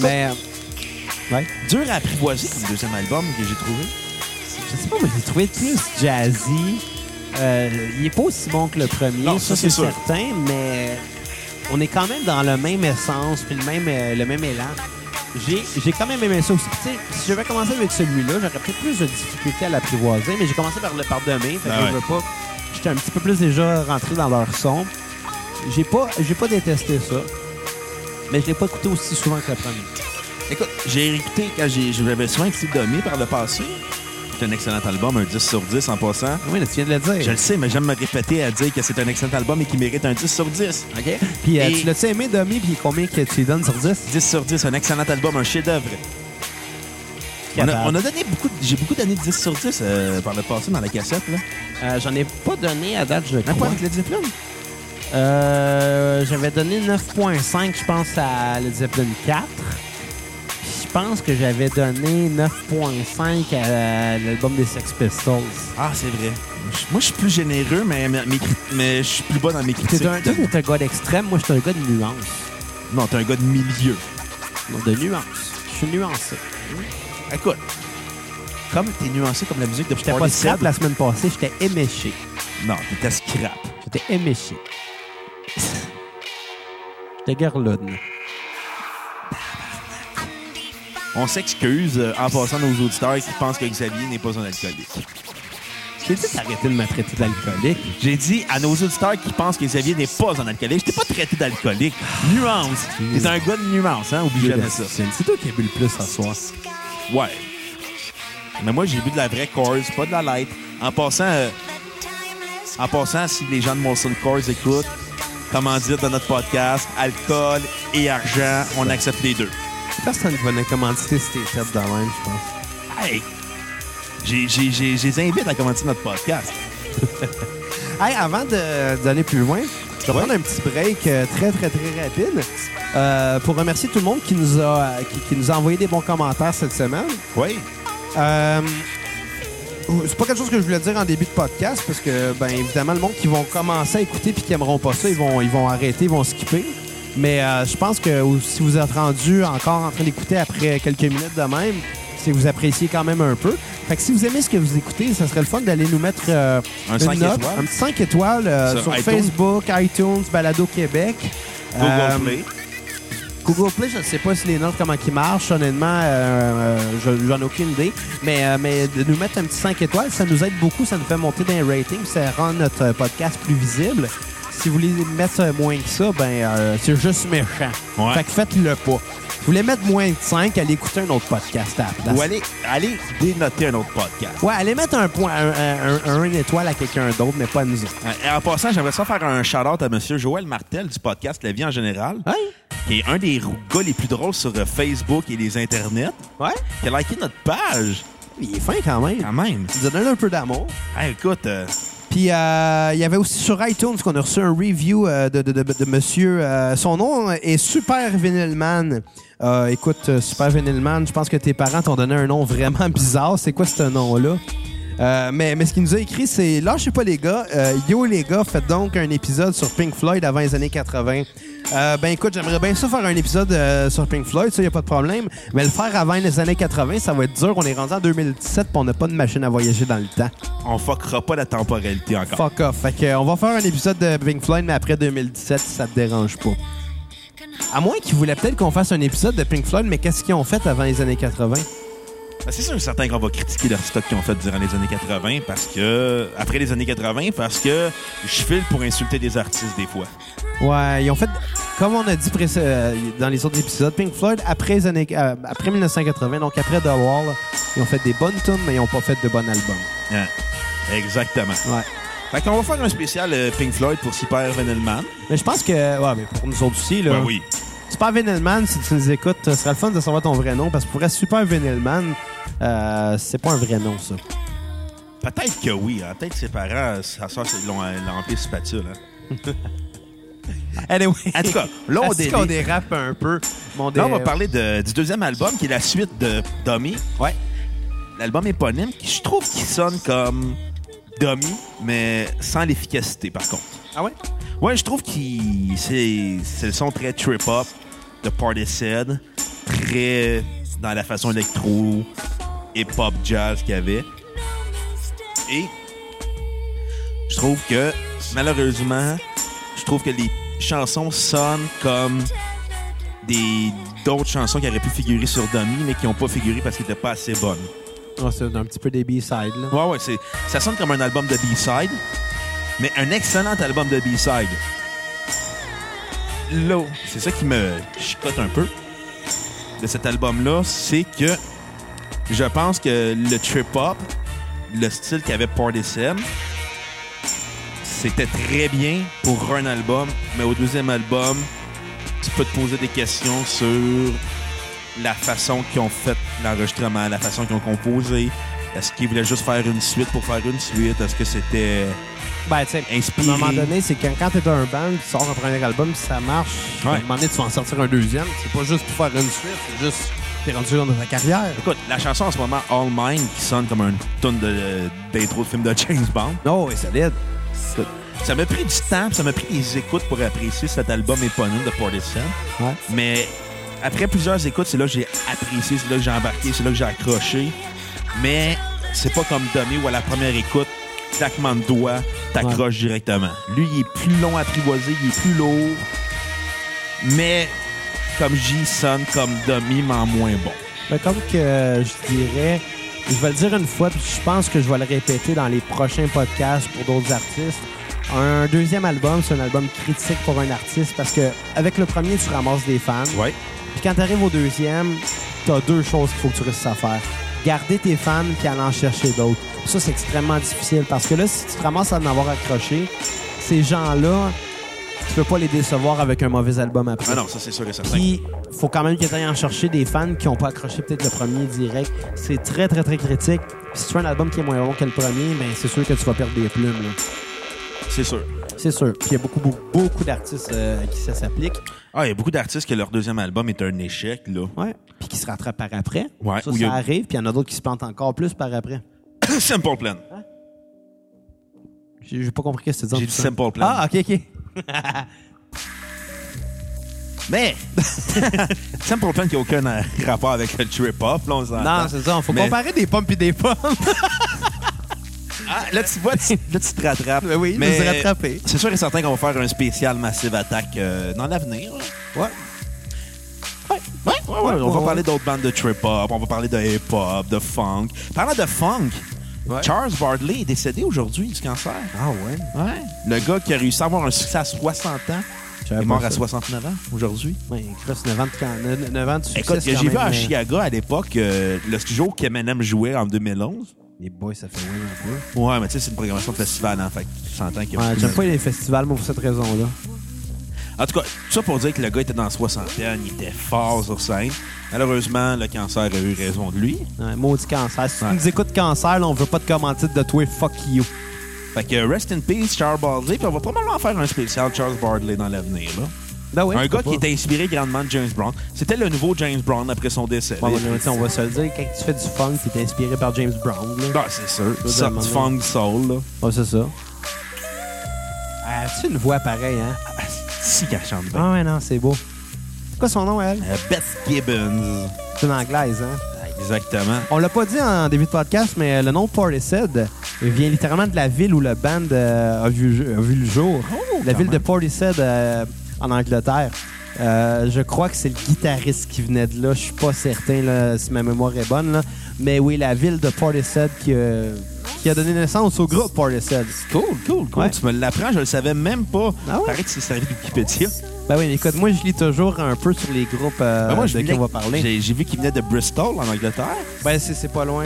Speaker 3: Mais, euh, ouais.
Speaker 1: Dur à apprivoiser comme deuxième album que j'ai trouvé.
Speaker 3: Je sais pas, mais j'ai trouvé plus jazzy. Euh, il est pas aussi bon que le premier,
Speaker 1: Non, ça,
Speaker 3: ça,
Speaker 1: c'est
Speaker 3: c'est
Speaker 1: sûr.
Speaker 3: certain, mais on est quand même dans le même essence puis le même, euh, le même élan. J'ai j'ai quand même aimé ça aussi. Tu sais, si j'avais commencé avec celui-là, j'aurais peut-être plus de difficulté à l'apprivoiser, mais j'ai commencé par le par demain, fait que
Speaker 1: Ah ouais.
Speaker 3: je veux pas. J'étais un petit peu plus déjà rentré dans leur son. J'ai pas, j'ai pas détesté ça, mais je l'ai pas écouté aussi souvent que le premier.
Speaker 1: Écoute, j'ai écouté quand j'ai- j'avais souvent écouté Dummy par le passé. C'est un excellent album, un 10 sur 10 en passant.
Speaker 3: Oui, là, tu viens de le dire.
Speaker 1: Je le sais, mais j'aime me répéter à dire que c'est un excellent album et qu'il mérite un 10 sur 10.
Speaker 3: OK. Puis euh,
Speaker 1: Et-
Speaker 3: tu l'as-tu aimé, Domi, puis combien que tu lui donnes sur 10?
Speaker 1: 10 sur 10, un excellent album, un chef-d'œuvre. On a,
Speaker 3: Capable.
Speaker 1: on a donné beaucoup, de- j'ai beaucoup donné 10 sur 10 euh, par le passé dans la cassette. Là.
Speaker 3: Euh, J'en ai pas donné à date, je
Speaker 1: Même pas
Speaker 3: crois.
Speaker 1: avec le diplôme.
Speaker 3: Euh, euh, j'avais donné 9.5, je pense, à Led Zeppelin 4. Puis Je pense que j'avais donné 9.5 à euh, l'album des Sex Pistols.
Speaker 1: Ah, c'est vrai. Je- Moi, je suis plus généreux, mais, mais, mais- mais je suis plus bas dans mes critiques.
Speaker 3: T'es un, toi, t'es un gars d'extrême, moi, je suis un gars de nuance.
Speaker 1: Non, t'es un gars de milieu.
Speaker 3: Non, de nuance. Je suis nuancé.
Speaker 1: Écoute, comme t'es nuancé comme la musique de
Speaker 3: J'étais pas
Speaker 1: Party
Speaker 3: scrap
Speaker 1: Said.
Speaker 3: la semaine passée, j'étais éméché.
Speaker 1: Non, t'étais scrap.
Speaker 3: J'étais éméché. j'étais garlonne.
Speaker 1: On s'excuse euh, en passant nos auditeurs qui pensent que Xavier n'est pas un alcoolique.
Speaker 3: J'ai dit d'arrêter de me traiter de l'alcoolique.
Speaker 1: J'ai dit à nos auditeurs qui pensent que Xavier n'est pas un alcoolique, je t'ai pas traité d'alcoolique. Nuance. T'es un gars de nuance, hein? Oublie jamais ça.
Speaker 3: C'est toi qui as bu le plus ce soir.
Speaker 1: Ouais. Mais moi, j'ai bu de la vraie Coors, pas de la light. En passant, euh, en passant, si les gens de Molson Coors écoutent, comment dire dans notre podcast, alcool et argent, on accepte les deux.
Speaker 3: Personne ne va nous commanditer si t'es fait de même, je pense.
Speaker 1: Hey! J'ai- j'ai- j'ai- Je les invite à commenter notre podcast.
Speaker 3: Hey, avant de- d'aller plus loin, je vais
Speaker 1: Ouais.
Speaker 3: prendre un petit break euh, très, très, très rapide euh, pour remercier tout le monde qui nous, a, euh, qui, qui nous a envoyé des bons commentaires cette semaine.
Speaker 1: Oui.
Speaker 3: Euh, c'est pas quelque chose que je voulais dire en début de podcast parce que, ben évidemment, le monde qui vont commencer à écouter puis qui aimeront pas ça, ils vont, ils vont arrêter, ils vont skipper. Mais euh, je pense que ou- si vous êtes rendu encore en train d'écouter après quelques minutes de même, c'est que vous appréciez quand même un peu. Fait que si vous aimez ce que vous écoutez, ça serait le fun d'aller nous mettre euh,
Speaker 1: Un
Speaker 3: une
Speaker 1: cinq
Speaker 3: note,
Speaker 1: étoiles.
Speaker 3: un petit 5 étoiles euh,
Speaker 1: Sur
Speaker 3: sur,
Speaker 1: iTunes.
Speaker 3: Facebook, iTunes, Balado Québec.
Speaker 1: Google
Speaker 3: Euh,
Speaker 1: Play.
Speaker 3: Google Play, je ne sais pas si les notes, comment ils marchent. Honnêtement, euh, euh, je- j'en ai aucune idée. Mais, euh, mais de nous mettre un petit 5 étoiles, ça nous aide beaucoup. Ça nous fait monter dans les ratings. Ça rend notre euh, podcast plus visible. Si vous voulez mettre euh, moins que ça, ben euh, c'est juste méchant.
Speaker 1: Ouais.
Speaker 3: Fait que faites-le pas. Si vous voulez mettre moins de 5, allez écouter un autre podcast à la place.
Speaker 1: Ou allez, allez dénoter un autre podcast.
Speaker 3: Ouais, allez mettre un point, un, un- un- une étoile à quelqu'un d'autre, mais pas à nous autres.
Speaker 1: Euh, et En passant, j'aimerais ça faire un shout-out à M. Joël Martel du podcast La vie en général,
Speaker 3: Hein?
Speaker 1: qui est un des rou- gars les plus drôles sur euh, Facebook et les internets,
Speaker 3: Ouais?
Speaker 1: qui a liké notre page.
Speaker 3: Il est fin quand même.
Speaker 1: Quand même.
Speaker 3: Il nous a donné un peu d'amour.
Speaker 1: Hey, écoute, euh,
Speaker 3: Puis euh, il y avait aussi sur iTunes qu'on a reçu un review euh, de, de, de, de monsieur. euh, son nom est Super Vinylman. Euh, écoute, euh, Super Vinylman, je pense que tes parents t'ont donné un nom vraiment bizarre. C'est quoi ce nom-là? Euh, mais, mais ce qu'il nous a écrit, c'est là, je sais pas les gars, euh, yo les gars, faites donc un épisode sur Pink Floyd avant les années 80. Euh, ben écoute, j'aimerais bien ça faire un épisode euh, sur Pink Floyd, ça y a pas de problème, mais le faire avant les années 80, ça va être dur. On est rendu en 2017, pis on n'a pas de machine à voyager dans le temps.
Speaker 1: on fuckera pas la temporalité encore.
Speaker 3: Fuck off. Fait que, euh, on va faire un épisode de Pink Floyd, mais après 2017, si ça te dérange pas. À moins qu'ils voulaient peut-être qu'on fasse un épisode de Pink Floyd, mais qu'est-ce qu'ils ont fait avant les années 80?
Speaker 1: Ben, C'est sûr et certain qu'on va critiquer leur stock qu'ils ont fait durant les années 80 parce que. Après les années 80, parce que je file pour insulter des artistes des fois.
Speaker 3: Ouais, ils ont fait, comme on a dit pré- euh, dans les autres épisodes, Pink Floyd, après, les années, euh, après 1980, donc après The Wall, ils ont fait des bonnes tunes, mais ils ont pas fait de bons albums.
Speaker 1: Hein. Exactement.
Speaker 3: Ouais.
Speaker 1: Fait qu'on va faire un spécial euh, Pink Floyd pour Super Venelman.
Speaker 3: Mais je pense que, ouais, mais pour nous autres aussi, là.
Speaker 1: Ben oui.
Speaker 3: Super Vinylman, si tu nous écoutes, ce sera le fun de savoir ton vrai nom, parce que pour être Super Vinylman, euh, c'est pas un vrai nom, ça.
Speaker 1: Peut-être que oui. hein. Peut-être que ses parents, euh, sa soeur, l'ont euh, l'ont empli spatule. hein.
Speaker 3: Anyway.
Speaker 1: En tout cas, là, on
Speaker 3: Est-ce qu'on
Speaker 1: dérape.
Speaker 3: dérape un peu? Mon
Speaker 1: Là,
Speaker 3: dé-
Speaker 1: on va parler de- du deuxième album, qui est la suite de Dummy.
Speaker 3: Ouais.
Speaker 1: L'album éponyme, qui je trouve qui sonne comme Dummy, mais sans l'efficacité, par contre.
Speaker 3: Ah ouais?
Speaker 1: Ouais, je trouve que c'est c'est le son très trip-hop de Party Said, très dans la façon électro, hip-hop, jazz qu'il y avait. Et je trouve que, malheureusement, je trouve que les chansons sonnent comme des d'autres chansons qui auraient pu figurer sur Dummy, mais qui n'ont pas figuré parce qu'elles n'étaient pas assez bonnes.
Speaker 3: Ouais, Ah, c'est un petit peu des B-sides, là.
Speaker 1: Ouais, ouais, c'est, ça sonne comme un album de B-side, mais un excellent album de B-side. Là, c'est ça qui me chicote un peu de cet album-là, c'est que je pense que le trip-hop, le style qu'avait Partisan, c'était très bien pour un album, mais au deuxième album, tu peux te poser des questions sur la façon qu'ils ont fait l'enregistrement, la façon qu'ils ont composé, Est-ce qu'il voulait juste faire une suite pour faire une suite? Est-ce que c'était...
Speaker 3: Ben, tu sais,
Speaker 1: Inspiré.
Speaker 3: à un moment donné, c'est quand, quand t'es un band, tu sors un premier album, si ça marche,
Speaker 1: Ouais.
Speaker 3: à un moment donné, tu vas en sortir un deuxième. C'est pas juste pour faire une suite, c'est juste, t'es rendu dans ta carrière.
Speaker 1: Écoute, la chanson en ce moment, All Mine, qui sonne comme une tonne de- d'intro de film de James Bond,
Speaker 3: Non, et solide.
Speaker 1: ça m'a pris du temps, puis ça m'a pris des écoutes pour apprécier cet album éponyme de Portishead.
Speaker 3: Ouais.
Speaker 1: Mais après plusieurs écoutes, c'est là que j'ai apprécié, c'est là que j'ai embarqué, c'est là que j'ai accroché. Mais c'est pas comme Donné où à la première écoute, claquement de doigts, t'accroches directement. Lui, il est plus long à apprivoiser, il est plus lourd. Mais comme j'y sonne comme Dummy, mais en moins bon.
Speaker 3: Mais comme que euh, je dirais, je vais le dire une fois, puis je pense que je vais le répéter dans les prochains podcasts pour d'autres artistes. Un deuxième album, c'est un album critique pour un artiste parce que avec le premier, tu ramasses des fans.
Speaker 1: Ouais.
Speaker 3: Puis quand t'arrives au deuxième, t'as deux choses qu'il faut que tu réussisses à faire. Garder tes fans puis aller en chercher d'autres. Ça, c'est extrêmement difficile parce que là, si tu te ramasses à en avoir accroché, ces gens-là, tu peux pas les décevoir avec un mauvais album après.
Speaker 1: Ah non, ça c'est sûr et certain.
Speaker 3: Puis, faut quand même que tu en chercher des fans qui n'ont pas accroché peut-être le premier direct. C'est très, très, très critique. Puis Si tu fais un album qui est moins bon que le premier, ben, c'est sûr que tu vas perdre des plumes. là.
Speaker 1: C'est sûr.
Speaker 3: C'est sûr. Puis, il y a beaucoup, beaucoup, beaucoup d'artistes euh, à qui ça s'applique.
Speaker 1: Ah, il y a beaucoup d'artistes que leur deuxième album est un échec, là.
Speaker 3: Ouais. Puis qui se rattrapent par après.
Speaker 1: Ouais,
Speaker 3: Ça,
Speaker 1: ou il y
Speaker 3: ça
Speaker 1: a-
Speaker 3: arrive. Puis, il y en a d'autres qui se plantent encore plus par après.
Speaker 1: Simple Plan.
Speaker 3: J'ai j'ai pas compris ce que c'était.
Speaker 1: J'ai dit Simple Plan.
Speaker 3: Ah, OK, OK.
Speaker 1: Mais Simple Plan qui n'a aucun euh, rapport avec le trip-hop, là, on s'entend.
Speaker 3: Non, c'est ça. Faut
Speaker 1: Mais-
Speaker 3: comparer des pommes puis des pommes.
Speaker 1: Ah, là, tu vois, tu, là, tu te rattrapes.
Speaker 3: Ben oui, je me suis rattrapé.
Speaker 1: C'est sûr et certain qu'on va faire un spécial Massive Attack euh, dans l'avenir. là.
Speaker 3: ouais.
Speaker 1: Ouais, ouais, ouais. On va
Speaker 3: ouais.
Speaker 1: parler d'autres bandes de trip-hop, on va parler de hip-hop, de funk. Parlant de funk,
Speaker 3: Ouais.
Speaker 1: Charles Bartley est décédé aujourd'hui du cancer.
Speaker 3: Ah, ouais.
Speaker 1: Ouais. Le gars qui a réussi à avoir un succès à 60 ans.
Speaker 3: Je
Speaker 1: Il
Speaker 3: savais
Speaker 1: est
Speaker 3: pas
Speaker 1: mort à
Speaker 3: Ben, ça.
Speaker 1: 69 ans aujourd'hui.
Speaker 3: Ouais, Chris, 9 ans de, can- 9 9 ans de succès,
Speaker 1: Écoute,
Speaker 3: c'est quand
Speaker 1: j'ai vu
Speaker 3: même,
Speaker 1: à
Speaker 3: euh,
Speaker 1: Chicago à l'époque, euh, le jour qu'Eminem jouait en 2011.
Speaker 3: Les boys, ça fait ouais un peu.
Speaker 1: Ouais, mais tu sais, c'est une programmation de festival, en fait. que Tu s'entends qu'il y a
Speaker 3: Ouais,
Speaker 1: beaucoup
Speaker 3: j'aime
Speaker 1: de-
Speaker 3: pas les festivals, moi, pour cette raison-là.
Speaker 1: En tout cas, tout ça pour dire que le gars était dans la soixantaine, il était fort sur scène. Malheureusement, le cancer a eu raison de lui.
Speaker 3: Ouais, maudit cancer. Si
Speaker 1: Ouais.
Speaker 3: tu nous écoutes cancer, là, on veut pas de commenter de toi, fuck you.
Speaker 1: Fait que rest in peace, Charles Bardley. Puis on va probablement faire un spécial Charles Bardley dans l'avenir. là.
Speaker 3: Ben ouais,
Speaker 1: un
Speaker 3: je peux
Speaker 1: gars qui
Speaker 3: pas.
Speaker 1: était inspiré grandement de James Brown. C'était le nouveau James Brown après son décès.
Speaker 3: Bon,
Speaker 1: Les-
Speaker 3: ben, tiens, on va se le dire, quand tu fais du funk, t'es inspiré par James Brown. Là.
Speaker 1: Ah, c'est sûr.
Speaker 3: Ça,
Speaker 1: Ça,
Speaker 3: demande-
Speaker 1: du funk soul. Là.
Speaker 3: Ouais, c'est ça. Ah, tu une voix pareille, hein?
Speaker 1: Ah, si qu'elle chante bien.
Speaker 3: Ah ouais, non, c'est beau. C'est quoi son nom, elle?
Speaker 1: Euh, Beth Gibbons.
Speaker 3: C'est une anglaise, hein?
Speaker 1: Ah, Exactement.
Speaker 3: On l'a pas dit en début de podcast, mais euh, le nom Portishead vient littéralement de la ville où le band euh, a, vu, a vu le jour.
Speaker 1: Oh,
Speaker 3: la
Speaker 1: quand
Speaker 3: ville de
Speaker 1: même.
Speaker 3: Portishead euh, en Angleterre. Euh, je crois que c'est le guitariste qui venait de là. Je suis pas certain là, si ma mémoire est bonne. là. Mais oui, la ville de Portishead qui, euh, qui a donné naissance au groupe Portishead.
Speaker 1: Cool, cool, cool.
Speaker 3: Ouais.
Speaker 1: Tu me l'apprends, je le savais même pas.
Speaker 3: Ah ouais?
Speaker 1: Pareil que c'est servi de Wikipédia.
Speaker 3: Ben oui, écoute, moi je lis toujours un peu sur les groupes euh,
Speaker 1: Ben, moi, je
Speaker 3: de qui
Speaker 1: voulais-
Speaker 3: on va parler.
Speaker 1: j'ai- J'ai vu qu'il venait de Bristol, en Angleterre.
Speaker 3: Ben c'est c'est pas loin.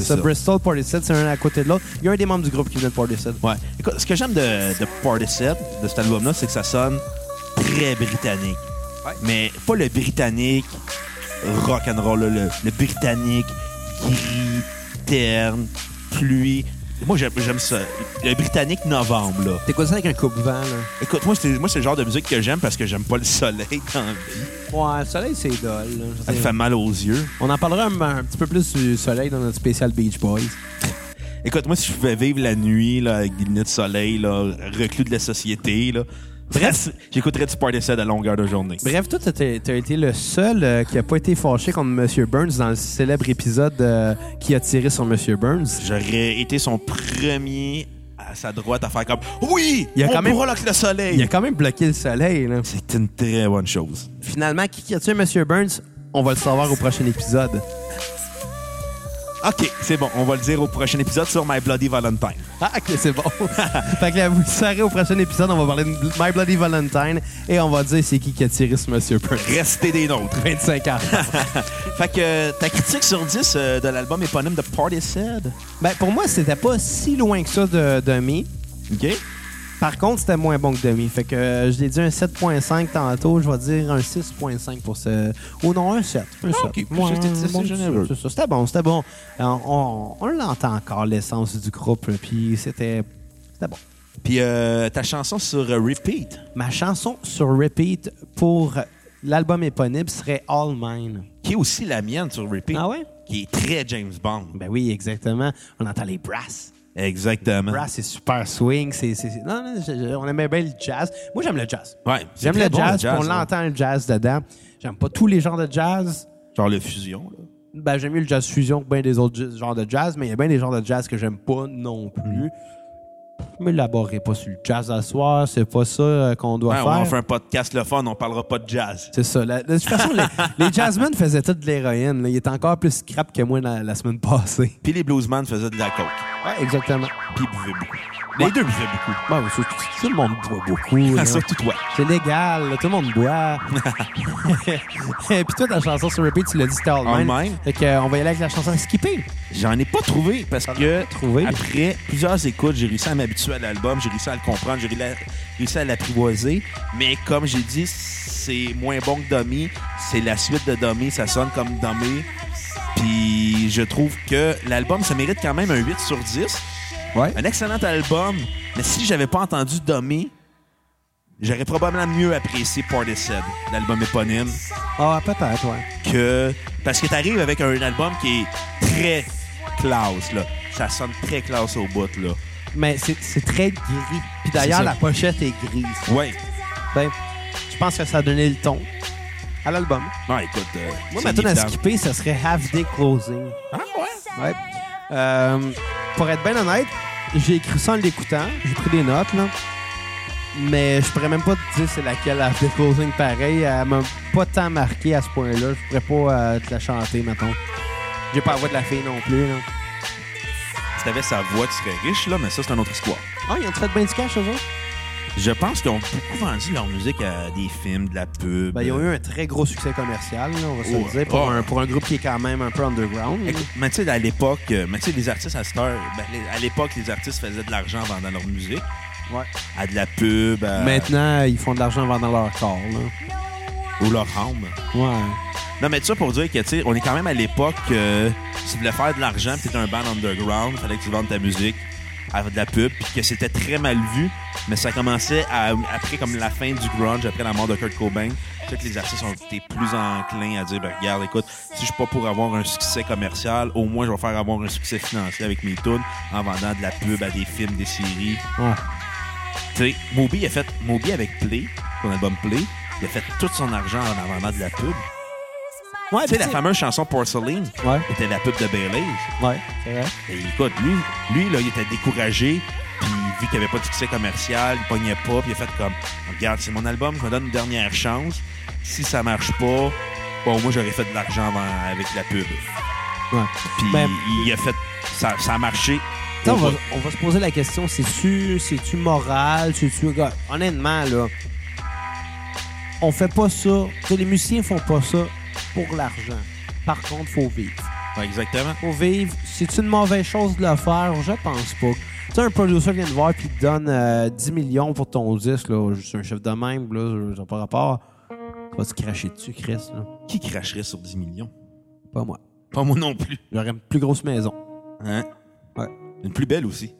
Speaker 1: C'est
Speaker 3: ça.
Speaker 1: ça.
Speaker 3: Bristol, Portishead, c'est un à côté de l'autre. Il y a un des membres du groupe qui vient de Portishead.
Speaker 1: Ouais. Écoute, ce que j'aime de, de Partisan, de cet album-là, c'est que ça sonne très britannique. Mais pas le britannique rock and roll, le, le britannique gris, terne, pluie. Moi, j'aime j'aime ça. Le britannique novembre, là.
Speaker 3: T'écoutes ça avec un coupe-vent, là.
Speaker 1: Écoute, moi, c'est moi, c'est le genre de musique que j'aime parce que j'aime pas le soleil dans la vie.
Speaker 3: Ouais, le soleil, c'est dole. là. Je veux
Speaker 1: Ça
Speaker 3: dire,
Speaker 1: fait mal aux yeux.
Speaker 3: On en parlera un, un petit peu plus du soleil dans notre spécial Beach Boys.
Speaker 1: Écoute, moi, si je pouvais vivre la nuit là, avec des lunettes de soleil, là, reclus de la société, là, bref, j'écouterais du Partisan à longueur de journée.
Speaker 3: Bref, toi, t'as t'as été le seul euh, qui a pas été fâché contre Monsieur Burns dans le célèbre épisode euh, qui a tiré sur Monsieur Burns.
Speaker 1: J'aurais été son premier à sa droite à faire comme Oui!
Speaker 3: Il y a
Speaker 1: on
Speaker 3: quand même-
Speaker 1: pourra loquer le soleil!
Speaker 3: Il a quand même bloqué le soleil, là.
Speaker 1: C'est une très bonne chose.
Speaker 3: Finalement, qui qui a tué Monsieur Burns? On va le savoir au prochain épisode.
Speaker 1: OK, c'est bon. On va le dire au prochain épisode sur My Bloody Valentine.
Speaker 3: Ah, ok, c'est bon. fait que là, vous le saurez au prochain épisode, on va parler de My Bloody Valentine et on va dire c'est qui qui a tiré sur Monsieur Burns.
Speaker 1: Restez des nôtres.
Speaker 3: 25 ans.
Speaker 1: Fait que euh, ta critique sur 10 euh, de l'album éponyme de Party Said.
Speaker 3: ben, pour moi, c'était pas si loin que ça de, de me.
Speaker 1: OK?
Speaker 3: Par contre, c'était moins bon que demi. Fait que euh, je l'ai dit un 7.5 tantôt. Je vais dire un 6.5 pour ce. Oh non, un 7. Un
Speaker 1: Ah,
Speaker 3: 7.
Speaker 1: ok. C'était- c'était
Speaker 3: bon,
Speaker 1: généreux.
Speaker 3: c'est ça. C'était bon, c'était bon. Euh, On, on l'entend encore, l'essence du groupe. Puis c'était. C'était bon.
Speaker 1: Puis euh, ta chanson sur euh, Repeat.
Speaker 3: Ma chanson sur repeat pour l'album éponyme serait All Mine.
Speaker 1: qui est aussi la mienne sur Repeat.
Speaker 3: Ah ouais?
Speaker 1: Qui est très James Bond.
Speaker 3: Ben oui, exactement. On entend les brasses.
Speaker 1: Exactement.
Speaker 3: Brass, c'est super swing. c'est c'est- c'est- Non, non, je- je- on aimait bien le jazz. Moi, j'aime le jazz.
Speaker 1: Ouais, c'est
Speaker 3: j'aime
Speaker 1: très
Speaker 3: le,
Speaker 1: bon,
Speaker 3: jazz,
Speaker 1: le jazz,
Speaker 3: puis on
Speaker 1: ouais.
Speaker 3: l'entend le jazz dedans. J'aime pas tous les genres de jazz.
Speaker 1: Genre le fusion. Là.
Speaker 3: Ben, j'aime mieux le jazz fusion que bien des autres ju- genres de jazz, mais il y a bien des genres de jazz que j'aime pas non plus. Je m'élaborerai pas sur le jazz à soir, c'est pas ça euh, qu'on doit
Speaker 1: Ouais,
Speaker 3: faire.
Speaker 1: on va faire un podcast le fun, on parlera pas de jazz.
Speaker 3: C'est ça. La- de toute façon, les, les jazzmen faisaient tout de l'héroïne. là. Il est encore plus crap que moi la, la semaine passée.
Speaker 1: Puis les bluesmen faisaient de la coke.
Speaker 3: Ouais, exactement.
Speaker 1: Puis ils buvaient beaucoup. Les deux buvaient beaucoup.
Speaker 3: Bon, tout, tout le monde boit beaucoup. là.
Speaker 1: Ah, Surtout toi.
Speaker 3: C'est légal, là, tout le monde boit. Et puis toi, ta chanson sur repeat, tu l'as dit, c'était All
Speaker 1: All
Speaker 3: Mine.
Speaker 1: Mine.
Speaker 3: Fait que, euh, on va y aller avec la chanson Skipper.
Speaker 1: J'en ai pas trouvé parce que
Speaker 3: trouvé.
Speaker 1: après plusieurs écoutes, j'ai réussi à m'habituer à l'album, j'ai réussi à le comprendre, j'ai ré- réussi à l'apprivoiser. Mais comme j'ai dit, c'est moins bon que Dummy. C'est la suite de Dummy, ça sonne comme Dummy. Puis je trouve que l'album, ça mérite quand même un 8 sur 10.
Speaker 3: Ouais.
Speaker 1: Un excellent album, mais si j'avais pas entendu Dummy, j'aurais probablement mieux apprécié Portishead, l'album éponyme,
Speaker 3: Ah, peut-être, ouais.
Speaker 1: que parce que t'arrives avec un album qui est très classe là. Ça sonne très classe au bout là.
Speaker 3: Mais c'est c'est très gris. Puis d'ailleurs,
Speaker 1: C'est ça.
Speaker 3: la pochette est grise.
Speaker 1: Ouais.
Speaker 3: Ben, je pense que ça a donné le ton à l'album.
Speaker 1: Non, écoute. euh,
Speaker 3: Moi,
Speaker 1: c'est
Speaker 3: ma tune à
Speaker 1: évident.
Speaker 3: skipper, ça serait Half Day Closing.
Speaker 1: Ah ouais.
Speaker 3: Ouais. Euh, pour être bien honnête, j'ai écrit ça en l'écoutant. J'ai pris des notes, là. Mais je pourrais même pas te dire c'est laquelle la The Closing pareil. Elle m'a pas tant marqué à ce point-là. Je pourrais pas euh, te la chanter, mettons. J'ai pas la voix de la fille non plus, là.
Speaker 1: Si t'avais sa voix, tu serais riche là, mais ça c'est une autre histoire.
Speaker 3: Oh, ils ont fait bien du cash, eux autres?
Speaker 1: Je pense qu'ils ont beaucoup vendu leur musique à des films, de la pub. euh,
Speaker 3: Ben, ils ont eu un très gros succès commercial, là, on va se
Speaker 1: Ouais.
Speaker 3: le dire, pour,
Speaker 1: Ouais.
Speaker 3: un, pour un groupe qui est quand même un peu underground. là.
Speaker 1: Écoute, Mais tu sais, à l'époque, euh, mais tu sais, les artistes à cette heure, ben, les- à l'époque, les artistes faisaient de l'argent en vendant leur musique,
Speaker 3: Ouais.
Speaker 1: à de la pub, à-
Speaker 3: Euh, Maintenant, ils font de l'argent en vendant leur corps, là.
Speaker 1: ou leur âme.
Speaker 3: Ouais.
Speaker 1: Non, mais tout ça pour dire que, tu sais, on est quand même à l'époque, euh, si tu voulais faire de l'argent, puis t'étais un band underground, fallait que tu vendes ta musique à de la pub, puis que c'était très mal vu, mais ça commençait à- après comme la fin du grunge, après la mort de Kurt Cobain, c'est que les artistes ont été plus enclins à dire, ben, regarde, écoute, si je suis pas pour avoir un succès commercial, au moins je vais faire avoir un succès financier avec mes tunes en vendant de la pub à des films, des séries,
Speaker 3: Ouais.
Speaker 1: tu sais, Moby a fait Moby avec Play, son album Play, il a fait tout son argent en vendant de la pub.
Speaker 3: Ouais,
Speaker 1: tu sais, la
Speaker 3: puis-
Speaker 1: fameuse chanson Porcelain
Speaker 3: Ouais.
Speaker 1: était la pub de Baileys.
Speaker 3: Ouais, c'est vrai.
Speaker 1: Et écoute, lui, lui là, il était découragé, puis vu qu'il avait pas de succès commercial, il pognait pas, puis il a fait comme Regarde, c'est mon album, je me donne une dernière chance. Si ça marche pas, bon, moi j'aurais fait de l'argent avant- avec la pub.
Speaker 3: Ouais.
Speaker 1: Puis
Speaker 3: Ben-
Speaker 1: il a fait. Ça, ça a marché.
Speaker 3: Ça, on, va,
Speaker 1: Au bout.
Speaker 3: on va se poser la question, c'est-tu, c'est-tu moral, c'est-tu... gars, Honnêtement, là, on fait pas ça. Tu sais, les musiciens font pas ça pour l'argent. Par contre, faut vivre.
Speaker 1: Ouais, exactement.
Speaker 3: Faut vivre. C'est une mauvaise chose de le faire? Je pense pas. Tu sais, un producer vient te voir et te donne euh, 10 millions pour ton disque, là, juste un chef de même, là, ça n'a pas rapport. Tu vas te cracher dessus, Chris, là.
Speaker 1: Qui cracherait sur 10 millions
Speaker 3: Pas moi.
Speaker 1: Pas moi non plus.
Speaker 3: J'aurais une plus grosse maison.
Speaker 1: Hein?
Speaker 3: Ouais.
Speaker 1: Une plus belle aussi.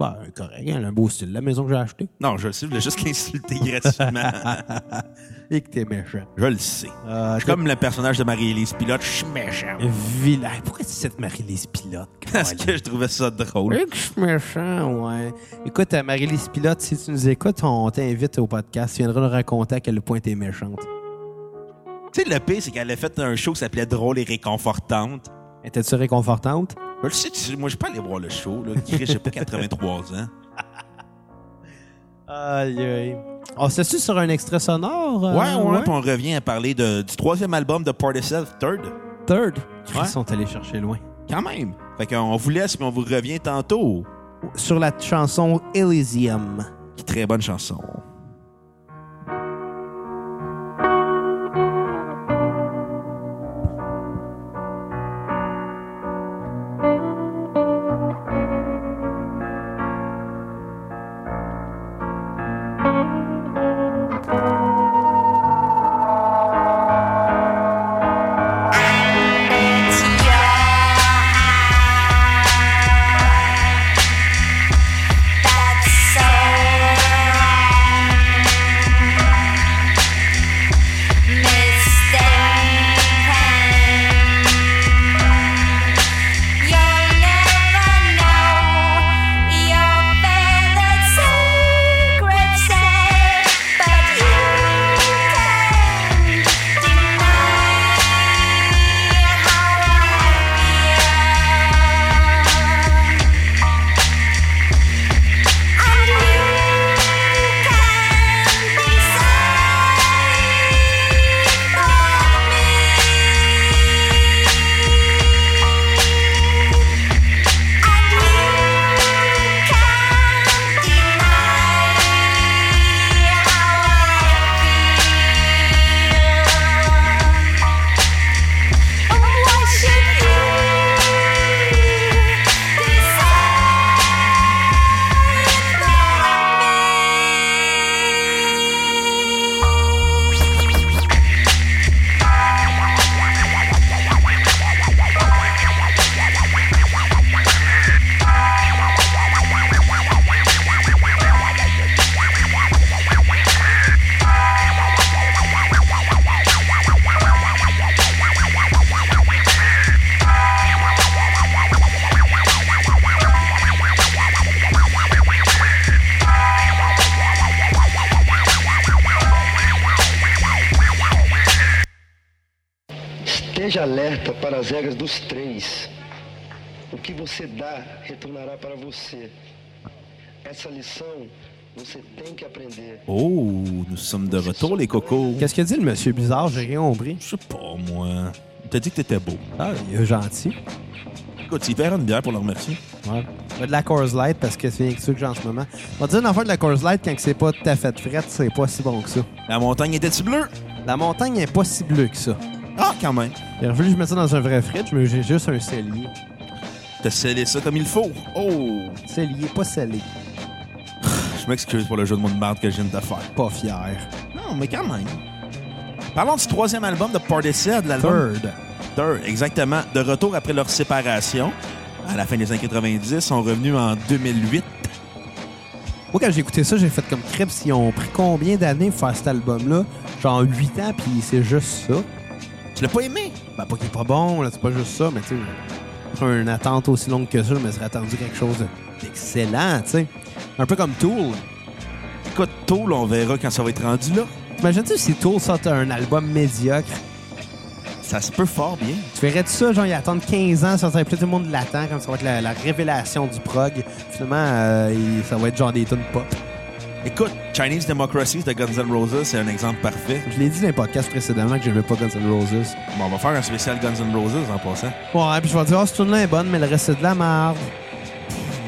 Speaker 3: Bah, correct, hein, elle a un beau style. La maison que j'ai achetée.
Speaker 1: Non, je le sais, je voulais juste l'insulter gratuitement.
Speaker 3: Et que t'es méchant.
Speaker 1: je le sais.
Speaker 3: Euh,
Speaker 1: Je suis comme le personnage de Marie-Élise Pilote, je suis méchant.
Speaker 3: Vilain. Pourquoi tu sais te Marie-Lise Pilote?
Speaker 1: Parce que je trouvais ça drôle.
Speaker 3: Oui, que je suis méchant, ouais. Écoute, euh, Marie-Lise Pilote, si tu nous écoutes, on t'invite au podcast. Tu viendras nous raconter à quel point t'es méchante.
Speaker 1: Tu sais, le pire, c'est qu'elle a fait un show qui s'appelait Drôle et réconfortante.
Speaker 3: Étais-tu réconfortante?
Speaker 1: Je le sais, tu- moi, je suis pas allé voir le show, là. Chris, J'ai pas 83 ans.
Speaker 3: Aïe, aïe. On se situe Ah, oh, sur un extrait sonore? euh,
Speaker 1: Ouais, ouais, Puis on revient à parler de- du troisième album de Portishead, Third.
Speaker 3: Third. Ils
Speaker 1: Ouais.
Speaker 3: sont allés chercher loin.
Speaker 1: Quand même. Fait qu'on vous laisse, mais on vous revient tantôt.
Speaker 3: Sur la chanson Elysium.
Speaker 1: Qui est très bonne chanson.
Speaker 4: Esteja alerta para as regras dos três. O que você dá retornará para você. Essa lição você tem que aprender.
Speaker 1: Oh, nous sommes de retour, les cocos.
Speaker 3: Qu'est-ce que dit le monsieur bizarre? J'ai rien compris.
Speaker 1: Je sais pas, moi. T'as dit que t'étais beau.
Speaker 3: Ah, il est gentil.
Speaker 1: Écoute, il verra une bière pour le remercier.
Speaker 3: Ouais. De la Coors Light parce que c'est rien que ça que j'ai en ce moment. On va dire une affaire de la Coors Light quand c'est pas tout à fait frette, c'est pas si bon que ça.
Speaker 1: La montagne était-tu bleue?
Speaker 3: La montagne est pas si bleue que ça.
Speaker 1: Ah, quand même.
Speaker 3: Il aurait fallu que je mette ça dans un vrai fridge, mais j'ai juste un cellier.
Speaker 1: T'as scellé ça comme il faut. Oh!
Speaker 3: Cellier, pas scellé.
Speaker 1: Je m'excuse pour le jeu de mots de merde que je viens de te faire.
Speaker 3: Pas fier.
Speaker 1: Non, mais quand même. Parlons du troisième album de Portishead, l'album
Speaker 3: Third.
Speaker 1: Third, exactement. De retour après leur séparation, à la fin des années 90, ils sont revenus en 2008.
Speaker 3: Moi, quand j'ai écouté ça, j'ai fait comme crêpes. Ils ont pris combien d'années pour faire cet album-là? Genre 8 ans, puis c'est juste ça.
Speaker 1: Tu l'as pas aimé?
Speaker 3: Ben, pas qu'il est pas bon, là, c'est pas juste ça, mais tu sais, pour une attente aussi longue que ça, je me serais attendu quelque chose de- d'excellent, tu sais. Un peu comme Tool.
Speaker 1: Écoute, Tool, on verra quand ça va être rendu là.
Speaker 3: Imagine-tu si Tool sortait un album médiocre?
Speaker 1: Ça se peut fort bien.
Speaker 3: Tu verrais-tu ça, genre, ils attendent 15 ans, ça serait plus tout le monde l'attend, comme ça va être la, la révélation du prog. Finalement, euh, il- ça va être genre des tunes pop.
Speaker 1: Écoute, Chinese Democracy de Guns N' Roses, c'est un exemple parfait.
Speaker 3: Je l'ai dit dans les podcasts précédemment que j'aimais pas Guns N' Roses.
Speaker 1: Bon, on va faire un spécial Guns N' Roses en passant.
Speaker 3: Ouais, puis je vais dire, oh, cette tune-là est bonne, mais le reste, c'est de la merde.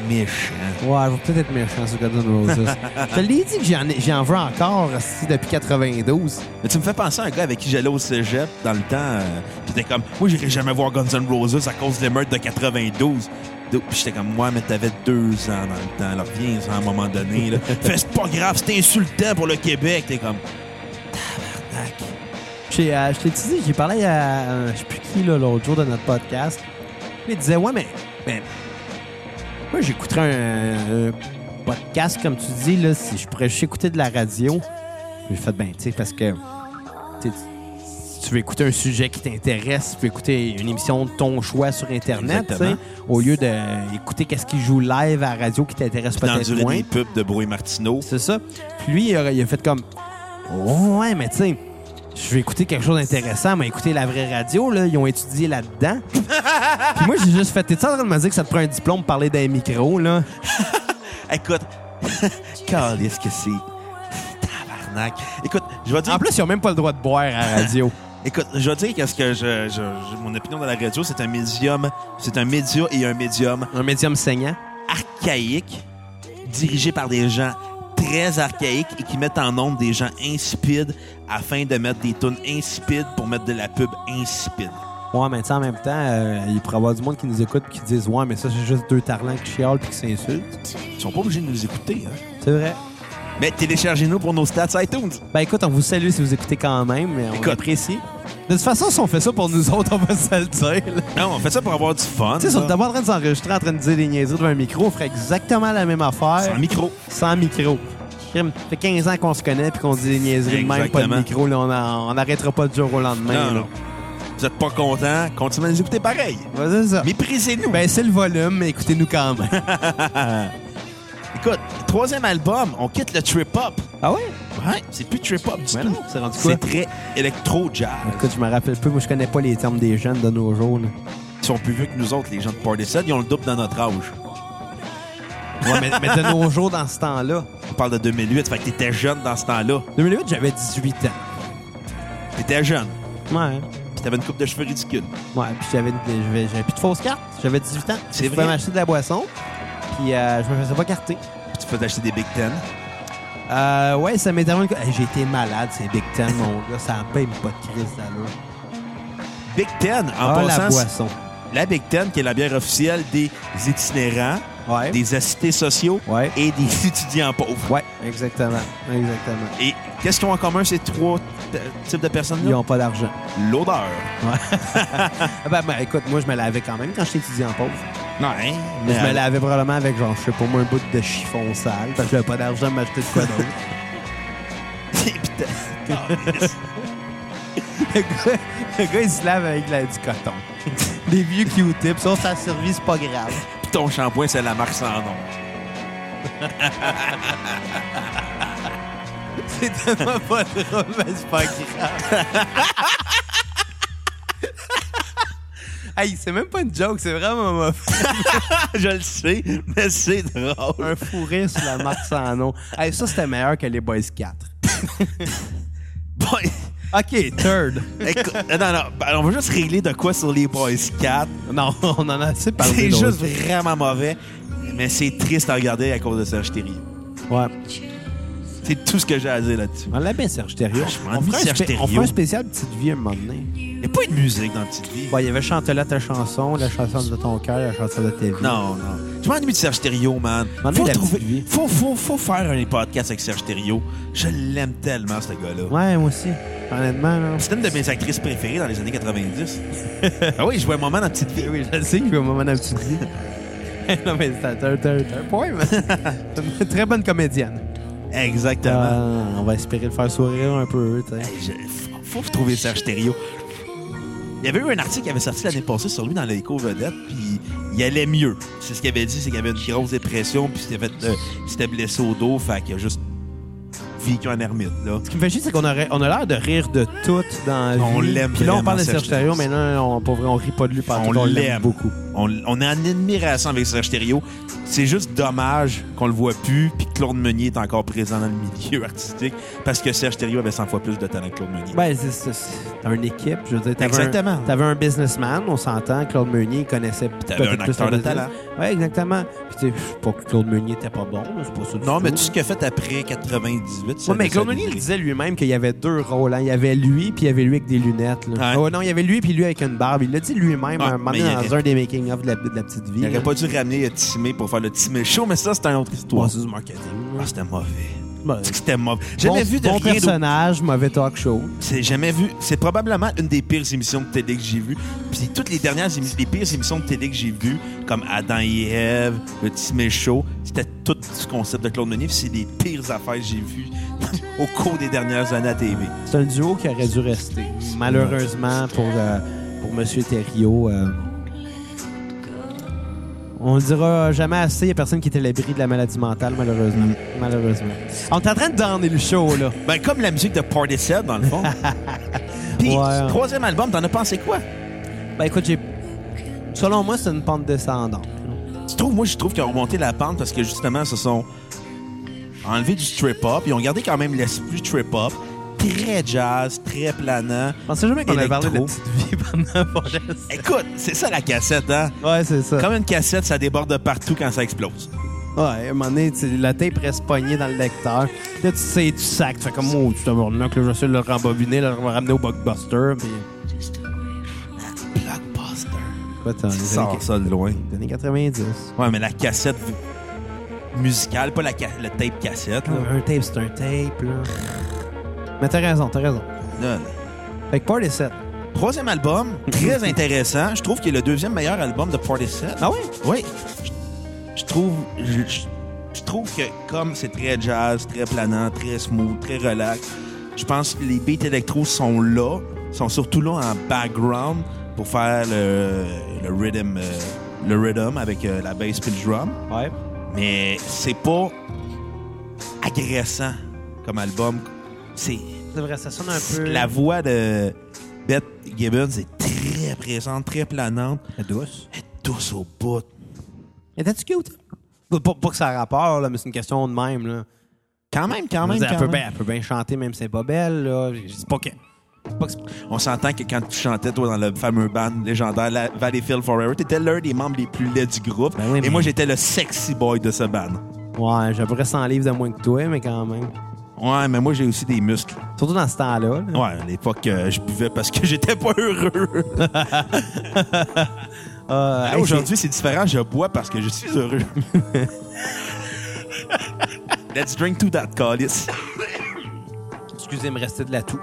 Speaker 1: Méchant.
Speaker 3: Ouais, je vais peut-être être méchant sur Guns N' Roses. je te l'ai dit que j'en ai- j'en veux encore si, depuis 92.
Speaker 1: Mais tu me fais penser à un gars avec qui j'allais au cégep dans le temps. euh, pis t'es comme, moi, j'irai jamais voir Guns N' Roses à cause des meurtres de 92. Puis j'étais comme, moi, mais t'avais deux ans dans le temps. Alors, viens à un moment donné. Là. Fais, c'est pas grave, c'est insultant pour le Québec. T'es comme, tabarnak.
Speaker 3: J'ai, euh, je t'ai dit, j'ai parlé à euh, je sais plus qui là, l'autre jour de notre podcast. Il disait ouais mais, mais moi j'écouterais un, un podcast comme tu dis là si je pourrais juste écouter de la radio. J'ai fait ben tu sais parce que tu sais, si tu veux écouter un sujet qui t'intéresse, tu peux écouter une émission de ton choix sur internet, tu sais,
Speaker 1: Exactement.
Speaker 3: au lieu d'écouter qu'est-ce qui joue live à la radio qui t'intéresse peut-être
Speaker 1: D'endurer
Speaker 3: moins.
Speaker 1: des pubs de Bruy Martineau.
Speaker 3: C'est ça. Puis lui, il a, il a fait comme Oh, Ouais, mais tu sais, je vais écouter quelque chose d'intéressant, mais écouter la vraie radio, là, ils ont étudié là-dedans. Puis moi, j'ai juste fait T'es-tu en train de me dire que ça te prend un diplôme pour parler d'un micro, là
Speaker 1: Écoute, calisse que c'est. Tabarnak. Écoute, je vais dire.
Speaker 3: En plus, ils ont même pas le droit de boire à la radio.
Speaker 1: Écoute, je vais dire qu'est-ce que je, je- je- mon opinion de la radio, c'est un médium, c'est un média et un médium
Speaker 3: un médium saignant.
Speaker 1: archaïque, dirigé par des gens très archaïques et qui mettent en nombre des gens insipides afin de mettre des tunes insipides pour mettre de la pub insipide.
Speaker 3: Ouais, mais tu sais, en même temps, euh, il pourrait y avoir du monde qui nous écoute et qui disent Ouais, mais ça, c'est juste deux tarlants qui chialent puis qui s'insultent.
Speaker 1: Ils sont pas obligés de nous écouter, hein.
Speaker 3: C'est vrai.
Speaker 1: Mais téléchargez-nous pour nos stats iTunes.
Speaker 3: Ben écoute, on vous salue si vous écoutez quand même. mais On
Speaker 1: Écoute.
Speaker 3: apprécie. De toute façon, si on fait ça pour nous autres, on va se le dire, là.
Speaker 1: Non, on fait ça pour avoir du fun.
Speaker 3: Tu sais, si on
Speaker 1: ça.
Speaker 3: était pas en train de s'enregistrer, en train de dire des niaiseries devant un micro, on ferait exactement la même affaire.
Speaker 1: Sans micro.
Speaker 3: Sans micro. Crime, Ça fait 15 ans qu'on se connaît puis qu'on se dit des niaiseries de même, pas de
Speaker 1: Exactement.
Speaker 3: micro. Là, on a- on n'arrêtera pas du jour au lendemain.
Speaker 1: Non,
Speaker 3: là.
Speaker 1: non. Vous êtes pas content, continuez à nous écouter pareil.
Speaker 3: Ouais, c'est ça.
Speaker 1: Méprisez-nous.
Speaker 3: Baissez le volume, mais écoutez-nous quand même.
Speaker 1: Écoute, troisième album, on quitte le trip-hop.
Speaker 3: ah ouais?
Speaker 1: Ouais, c'est plus trip-hop du
Speaker 3: Ouais,
Speaker 1: tout.
Speaker 3: non, c'est rendu quoi?
Speaker 1: C'est très électro-jazz.
Speaker 3: Écoute, je me rappelle plus. Moi, je connais pas les termes des jeunes de nos jours. là.
Speaker 1: Ils sont plus vieux que nous autres, les gens de Partisan. Ils ont le double dans notre âge.
Speaker 3: Ouais, mais, mais de nos jours, dans ce temps-là.
Speaker 1: On parle de 2008, fait que t'étais jeune dans ce temps-là.
Speaker 3: 2008, j'avais 18 ans.
Speaker 1: T'étais jeune,
Speaker 3: Ouais.
Speaker 1: pis t'avais une coupe de cheveux ridicule.
Speaker 3: Ouais, puis j'avais une- j'avais j'avais plus de fausses cartes. J'avais 18 ans.
Speaker 1: C'est
Speaker 3: Je pouvais
Speaker 1: vrai?
Speaker 3: m'acheter de la boisson. Puis euh, je me faisais pas carter.
Speaker 1: Pis tu faisais acheter des Big Ten.
Speaker 3: Euh, ouais, ça m'est arrivé. une- Hey, J'ai été malade, c'est Big Ten, mon gars. Ça n'a même pas de crise d'allure.
Speaker 1: Big Ten, en
Speaker 3: Ah, la
Speaker 1: passant, c'est-
Speaker 3: boisson.
Speaker 1: la Big Ten, qui est la bière officielle des itinérants,
Speaker 3: Ouais.
Speaker 1: des assistés sociaux
Speaker 3: Ouais.
Speaker 1: et des étudiants pauvres.
Speaker 3: Ouais, exactement. Exactement.
Speaker 1: Et qu'est-ce qu'ils ont en commun, ces trois t- types de personnes-là?
Speaker 3: Ils n'ont pas d'argent.
Speaker 1: L'odeur.
Speaker 3: Ah, ben, ben, écoute, moi, je me lavais quand même quand j'étais étudiant pauvre.
Speaker 1: Non, hein?
Speaker 3: Mais je me
Speaker 1: euh,
Speaker 3: lavais probablement avec, genre, je sais pas moi, un bout de chiffon sale. Parce que j'avais pas d'argent à m'acheter de quoi d'autre.
Speaker 1: Putain.
Speaker 3: le, gars, le gars, il se lave avec la- du coton. Des vieux Q-tips. Ça, ça servit, c'est pas grave.
Speaker 1: Pis ton shampoing, c'est la marque sans nom.
Speaker 3: C'est tellement pas drôle, mais c'est pas grave. Hey, c'est même pas une joke, c'est vraiment ma-
Speaker 1: Ah, je le sais, mais c'est drôle.
Speaker 3: un fourré sur la marque sans nom. Hey, ça, c'était meilleur que les Boys 4.
Speaker 1: Boy-
Speaker 3: OK, third.
Speaker 1: Écoute, non, non, ben, on va juste régler de quoi sur les Boys 4.
Speaker 3: Non, on en a assez parlé.
Speaker 1: C'est
Speaker 3: l'autre.
Speaker 1: juste vraiment mauvais, mais c'est triste à regarder à cause de Serge Thierry.
Speaker 3: Ouais.
Speaker 1: C'est tout ce que j'ai à dire là-dessus.
Speaker 3: On l'a bien, Serge Thériault.
Speaker 1: Franchement,
Speaker 3: On fera un
Speaker 1: Serge
Speaker 3: spé- on
Speaker 1: Thériault.
Speaker 3: fera un spécial Petite Vie à un moment donné.
Speaker 1: Il n'y a pas eu de musique dans Petite Vie.
Speaker 3: Bon, il y avait Chantelat ta chanson, la chanson de ton cœur, la chanson de ta vie.
Speaker 1: Non, non. Je m'ennuie de Serge Thériault, man.
Speaker 3: M'ennuie de
Speaker 1: Faut,
Speaker 3: la
Speaker 1: trouver-
Speaker 3: Petite Vie.
Speaker 1: faut, faut, faut faire un podcast avec Serge Thériault. Je l'aime tellement, ce gars-là.
Speaker 3: Ouais, moi aussi. Honnêtement, là.
Speaker 1: C'est une de mes actrices préférées dans les années 90. ah oui, je vois un moment dans Petite Vie.
Speaker 3: Oui, je le sais qu'il y a un moment dans Petite Vie. non, mais c'est un, c'est un- c'est un point, mais- C'est une très bonne comédienne.
Speaker 1: Exactement.
Speaker 3: Ah, on va espérer le faire sourire un peu, tu sais.
Speaker 1: Hey, je- faut, faut trouver Serge Thériault. Il y avait eu un article qui avait sorti l'année passée sur lui dans l'Éco Vedette, puis il allait mieux. C'est ce qu'il avait dit, c'est qu'il avait une grosse dépression, puis il s'était fait, euh, il s'était blessé au dos, fait qu'il a juste vécu en ermite, là.
Speaker 3: Ce qui me fait chier, c'est qu'on aurait- on a l'air de rire de tout dans la
Speaker 1: On
Speaker 3: vie.
Speaker 1: l'aime
Speaker 3: Puis là, on
Speaker 1: vraiment,
Speaker 3: parle de
Speaker 1: Serge
Speaker 3: Serge Thériault, mais
Speaker 1: Thériault.
Speaker 3: là, on, pour vrai, on rit pas de lui parce
Speaker 1: On
Speaker 3: qu'on l'aime
Speaker 1: l'aime.
Speaker 3: beaucoup.
Speaker 1: On, on est en admiration avec Serge Thériault. C'est juste dommage qu'on le voit plus, puis que Claude Meunier est encore présent dans le milieu artistique, parce que Serge Thériault avait 100 fois plus de talent que Claude Meunier.
Speaker 3: Ben, c'est- c'est c'est une équipe, je veux dire. t'avais un-
Speaker 1: Exactement.
Speaker 3: T'avais un businessman, on s'entend. Claude Meunier il connaissait
Speaker 1: t'avais
Speaker 3: peut-être
Speaker 1: un
Speaker 3: plus
Speaker 1: acteur
Speaker 3: son
Speaker 1: de
Speaker 3: business.
Speaker 1: talent.
Speaker 3: Ouais, exactement. Puis, tu sais, je sais pas que Claude Meunier était pas bon, là, c'est pas ça du
Speaker 1: non, mais
Speaker 3: tout.
Speaker 1: tout ce qu'il a fait après 98, ça
Speaker 3: Ouais, mais
Speaker 1: ça-
Speaker 3: Claude Meunier il disait lui-même qu'il y avait deux rôles. hein. Il y avait lui, puis il y avait lui avec des lunettes. là.
Speaker 1: Ouais.
Speaker 3: Oh, non, il y avait lui, puis lui avec une barbe. Il l'a dit lui-même
Speaker 1: Ah,
Speaker 3: un moment
Speaker 1: mais
Speaker 3: donné
Speaker 1: il
Speaker 3: dans
Speaker 1: aurait-
Speaker 3: un des making-of de la, de la petite vie.
Speaker 1: Il
Speaker 3: là.
Speaker 1: n'aurait pas dû ramener euh, Timé pour faire le Timé Show, mais ça, c'est une autre
Speaker 3: Ouais,
Speaker 1: histoire.
Speaker 3: c'est du marketing. là.
Speaker 1: Ah, c'était mauvais.
Speaker 3: Ben,
Speaker 1: C'est que C'était mauvais. J'ai
Speaker 3: bon,
Speaker 1: jamais vu de
Speaker 3: bon
Speaker 1: rien d'autre.
Speaker 3: personnage, mauvais talk show.
Speaker 1: C'est jamais vu. C'est probablement une des pires émissions de télé que j'ai vues. Puis toutes les dernières émi- les pires émissions de télé que j'ai vues, comme Adam et Ève, le Timé Show, c'était tout ce concept de Claude Meunier. puis C'est les pires affaires que j'ai vues au cours des dernières années à TV.
Speaker 3: C'est un duo qui aurait dû rester. Malheureusement, pour, euh, pour Monsieur Thériault, euh, on le dira jamais assez. Il n'y a personne qui était à l'abri de la maladie mentale, malheureusement. Malheureusement. On est en train de donner le show, là.
Speaker 1: Ben, comme la musique de Party Set, dans le fond. Puis,
Speaker 3: Ouais.
Speaker 1: troisième album, t'en as pensé quoi?
Speaker 3: Ben écoute, j'ai... Selon moi, c'est une pente descendante. là.
Speaker 1: Tu trouves, moi, je trouve qu'ils ont remonté la pente parce que justement, se sont enlevés du trip-hop. Ils ont gardé quand même l'esprit trip-hop. Très jazz, très planant.
Speaker 3: Je pensais jamais qu'on avait parlé de la
Speaker 1: Électro.
Speaker 3: petite vie pendant Forest.
Speaker 1: Écoute, c'est ça la cassette, hein?
Speaker 3: Ouais, c'est ça.
Speaker 1: Comme une cassette, ça déborde de partout quand ça explose.
Speaker 3: Ouais, à un moment donné, tu sais, la tape reste pognée dans le lecteur. Puis Là, tu sais, tu sacs. Tu fais comme, oh, tu te là, que je vais essayer de le rembobiner, là, je vais ramener au blockbuster. Puis...
Speaker 1: Blockbuster.
Speaker 3: Quoi, t'as
Speaker 1: Tu
Speaker 3: les années-
Speaker 1: sors ça de loin.
Speaker 3: les années 90.
Speaker 1: Ouais, mais la cassette musicale, pas la ca- le tape cassette, là.
Speaker 3: Un tape, c'est un tape, là. Mais t'as raison, t'as raison.
Speaker 1: Non, non.
Speaker 3: Fait que Party 7.
Speaker 1: Troisième album, très intéressant. Je trouve qu'il est le deuxième meilleur album de Party Set.
Speaker 3: Ah oui?
Speaker 1: Oui. Je, je trouve. Je, je- je trouve que comme c'est très jazz, très planant, très smooth, très relax, je pense que les beats électro sont là, sont surtout là en background pour faire le, le rhythm, euh, le rhythm avec euh, la bass puis le drum.
Speaker 3: Ouais.
Speaker 1: Mais c'est pas agressant comme album. C'est
Speaker 3: C'est vrai, ça sonne un peu.
Speaker 1: la voix de Beth Gibbons est très présente, très planante.
Speaker 3: La douce.
Speaker 1: Elle est douce au bout.
Speaker 3: Mais t'as-tu cute? Pas, pas- pas que ça a rapport, là, mais c'est une question de même, là.
Speaker 1: Quand même, quand
Speaker 3: Je veux
Speaker 1: même,
Speaker 3: dire, elle,
Speaker 1: quand
Speaker 3: peut
Speaker 1: même.
Speaker 3: bien, elle peut bien chanter, même si c'est pas belle, là. Je je dis pas que. c'est pas que c'est-
Speaker 1: On s'entend que quand tu chantais, toi, dans le fameux band légendaire la Valleyfield Forever, t'étais l'un des membres les plus laids du groupe.
Speaker 3: Ben oui,
Speaker 1: et
Speaker 3: mais-
Speaker 1: moi, j'étais le sexy boy de ce band.
Speaker 3: Ouais, j'aimerais 100 livres de moins que toi, mais quand même.
Speaker 1: Ouais, mais moi, j'ai aussi des muscles.
Speaker 3: Surtout dans ce temps-là. là.
Speaker 1: Ouais, à l'époque, euh, je buvais parce que j'étais pas heureux.
Speaker 3: Euh,
Speaker 1: Là,
Speaker 3: hey,
Speaker 1: Aujourd'hui, Ah, c'est différent. Je bois parce que je suis heureux. Let's drink to that, Callis.
Speaker 3: c'est- Excusez, il me restait de la toux.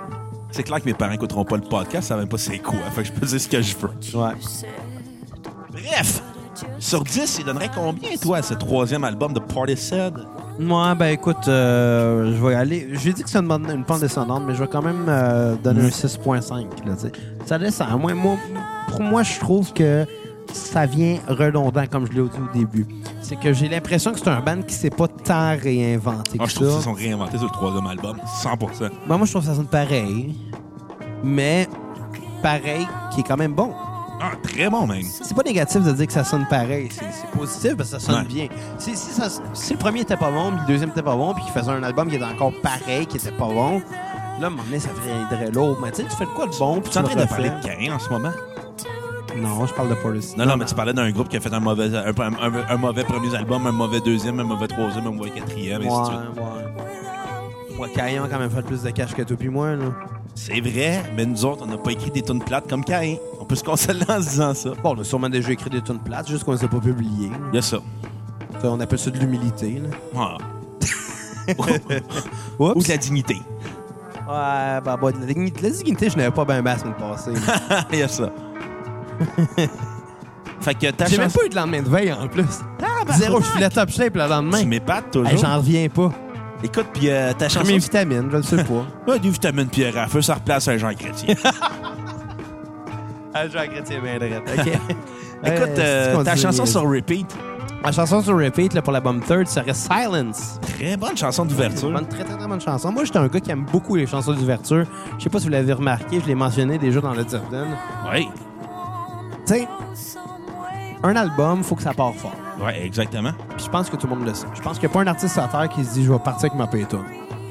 Speaker 1: C'est clair que mes parents écouteront pas le podcast, ça savent même pas c'est quoi. Fait que je peux dire ce que je veux.
Speaker 3: Ouais.
Speaker 1: Bref, sur 10, il donnerait combien, toi, à ce troisième album de Party Said?
Speaker 3: Moi, ben écoute, euh, je vais aller. J'ai dit que c'est une, bonne- une pente descendante, mais je vais quand même euh, donner un 6.5. là, tu sais. Ça descend. Moi, moi, pour moi, je trouve que ça vient redondant, comme je l'ai dit au début. C'est que j'ai l'impression que c'est un band qui s'est pas tant réinventé.
Speaker 1: Ah,
Speaker 3: que
Speaker 1: je trouve
Speaker 3: ça.
Speaker 1: qu'ils se sont réinventés sur le troisième album. 100%.
Speaker 3: Ben, moi, je trouve que ça sonne pareil, mais pareil qui est quand même bon.
Speaker 1: Ah, très bon, même.
Speaker 3: C'est pas négatif de dire que ça sonne pareil. C'est c'est positif parce que ça sonne
Speaker 1: Ouais.
Speaker 3: bien. Si, si ça- si le premier était pas bon, puis le deuxième était pas bon, puis qu'il faisait un album qui était encore pareil, qui était pas bon, là, à un moment donné, ça viendrait l'autre. Mais tu sais, tu fais de quoi de bon? Puis
Speaker 1: Tu es en
Speaker 3: le
Speaker 1: train de
Speaker 3: refais.
Speaker 1: parler de Cain en ce moment?
Speaker 3: Non, je parle de Portis.
Speaker 1: Non, non, mais tu parlais d'un groupe qui a fait un mauvais, un, un- un mauvais premier album, un mauvais deuxième, un mauvais troisième, un mauvais quatrième, et
Speaker 3: Ouais,
Speaker 1: ainsi de suite.
Speaker 3: ouais. Ouais, Caïn a quand même fait plus de cash que toi puis moi, là.
Speaker 1: C'est vrai, mais nous autres, on n'a pas écrit des tunes plates comme Cain. On peut se consoler en se disant ça.
Speaker 3: Bon, on a sûrement déjà écrit des tunes plates, juste qu'on les a pas publiées. là.
Speaker 1: Il y a ça.
Speaker 3: Ça, On appelle ça de l'humilité, là.
Speaker 1: Ah.
Speaker 3: Oups.
Speaker 1: Ou de la dignité.
Speaker 3: Ouais, bah, bah, de la dignité, de la dignité, je n'avais pas bien basse la semaine passée. là.
Speaker 1: Ah, Il y a ça. fait que ta
Speaker 3: J'ai même
Speaker 1: chanson...
Speaker 3: pas eu de lendemain de veille en plus. Zéro, je suis la top shape le lendemain.
Speaker 1: Tu m'épates
Speaker 3: Hey,
Speaker 1: toujours.
Speaker 3: J'en reviens pas.
Speaker 1: Écoute, puis euh, ta
Speaker 3: J'ai
Speaker 1: chanson...
Speaker 3: mes vitamines, je le sais pas.
Speaker 1: Ouais, des vitamines Pierre à feu, ça replace un Jean Chrétien.
Speaker 3: Ah, j'ai chrétien bien OK.
Speaker 1: Écoute, euh, ta chanson sur repeat,
Speaker 3: Ma chanson sur repeat là, pour l'album Third serait Silence.
Speaker 1: très bonne chanson
Speaker 3: C'est
Speaker 1: d'ouverture.
Speaker 3: une très, très, très bonne chanson. Moi, j'étais un gars qui aime beaucoup les chansons d'ouverture. Je sais pas si vous l'avez remarqué, je l'ai mentionné déjà dans le Durden.
Speaker 1: Oui,
Speaker 3: Tu sais, un album, faut que ça part fort.
Speaker 1: ouais, exactement.
Speaker 3: Puis je pense que tout le monde le sait. Je pense qu'il n'y a pas un artiste à terre qui se dit « Je vais partir avec ma pétone. »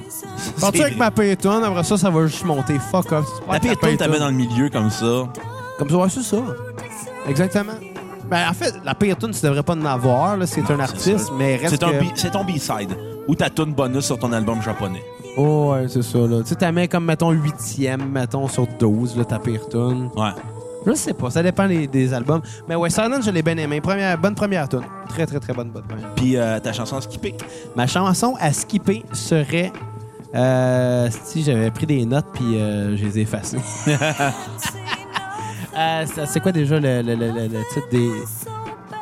Speaker 1: C'est
Speaker 3: Partir
Speaker 1: vrai.
Speaker 3: avec ma pétone, après ça, ça va juste monter. Fuck off. Tu pars
Speaker 1: La
Speaker 3: avec ta
Speaker 1: pire tune, t'as mis
Speaker 3: pétone.
Speaker 1: dans le milieu comme ça.
Speaker 3: Comme ça, ouais, c'est ça. Exactement. Ben, en fait, la pire tune, tu devrais pas en avoir. là. C'est un
Speaker 1: C'est
Speaker 3: artiste,
Speaker 1: ça.
Speaker 3: mais reste
Speaker 1: C'est ton
Speaker 3: que-
Speaker 1: bi- C'est ton B-side. Ou ta tune bonus sur ton album japonais.
Speaker 3: Oh, ouais, c'est ça. Là. Tu sais, t'as mis comme, mettons, huitième, mettons, sur 12, là, ta pire tune.
Speaker 1: Ouais.
Speaker 3: Je sais pas, ça dépend des, des albums. Mais ouais, Silence, je l'ai bien aimé. Première, bonne première tune. Très, très, très bonne, bonne première.
Speaker 1: Puis euh, ta chanson skippée.
Speaker 3: Ma chanson à skipper serait... Euh, si j'avais pris des notes puis euh, je les ai effacées. Euh, c'est c'est quoi déjà le, le- le- le- le titre des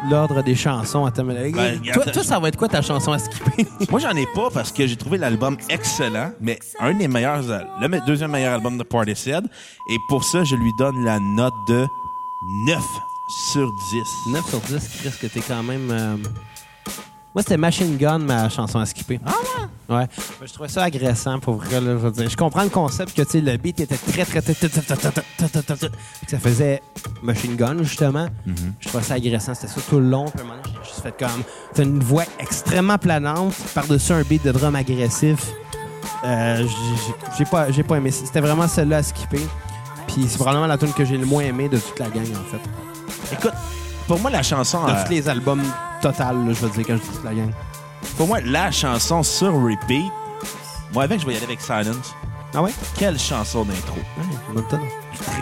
Speaker 3: l'ordre des chansons à
Speaker 1: Ben,
Speaker 3: toi,
Speaker 1: attends.
Speaker 3: toi, ça va être quoi ta chanson à skipper
Speaker 1: Moi, j'en ai pas parce que j'ai trouvé l'album excellent, mais un des meilleurs, al- le me- deuxième meilleur album de Portishead. Et pour ça, je lui donne la note de 9 sur 10.
Speaker 3: 9 sur 10, Chris, que t'es quand même. euh, Moi, c'était Machine Gun, ma chanson à skipper. Ah ouais? Ouais. Ben, Je trouvais ça agressant pour vrai. Là, je, veux dire. je comprends le concept que tu sais, le beat était très, très, très, très, très, très, très, très, très, très, très, que ça faisait Machine Gun, justement. Je trouvais ça agressant. C'était ça tout le long. Puis, à un moment donné, j'ai juste fait comme. T'as une voix extrêmement planante par-dessus un beat de drum agressif. Euh, j'ai- j'ai- j'ai pas, j'ai pas aimé. C'était vraiment celle-là à skipper. Puis c'est probablement la tune que j'ai le moins aimée de toute la gang, en fait.
Speaker 1: Écoute, pour moi, la chanson.
Speaker 3: Dans
Speaker 1: euh,
Speaker 3: tous les albums total, là, je veux dire, quand je dis toute la gang.
Speaker 1: Pour moi, la chanson sur repeat. Moi, avec, je vais y aller avec Silence.
Speaker 3: Ah ouais?
Speaker 1: Quelle chanson d'intro.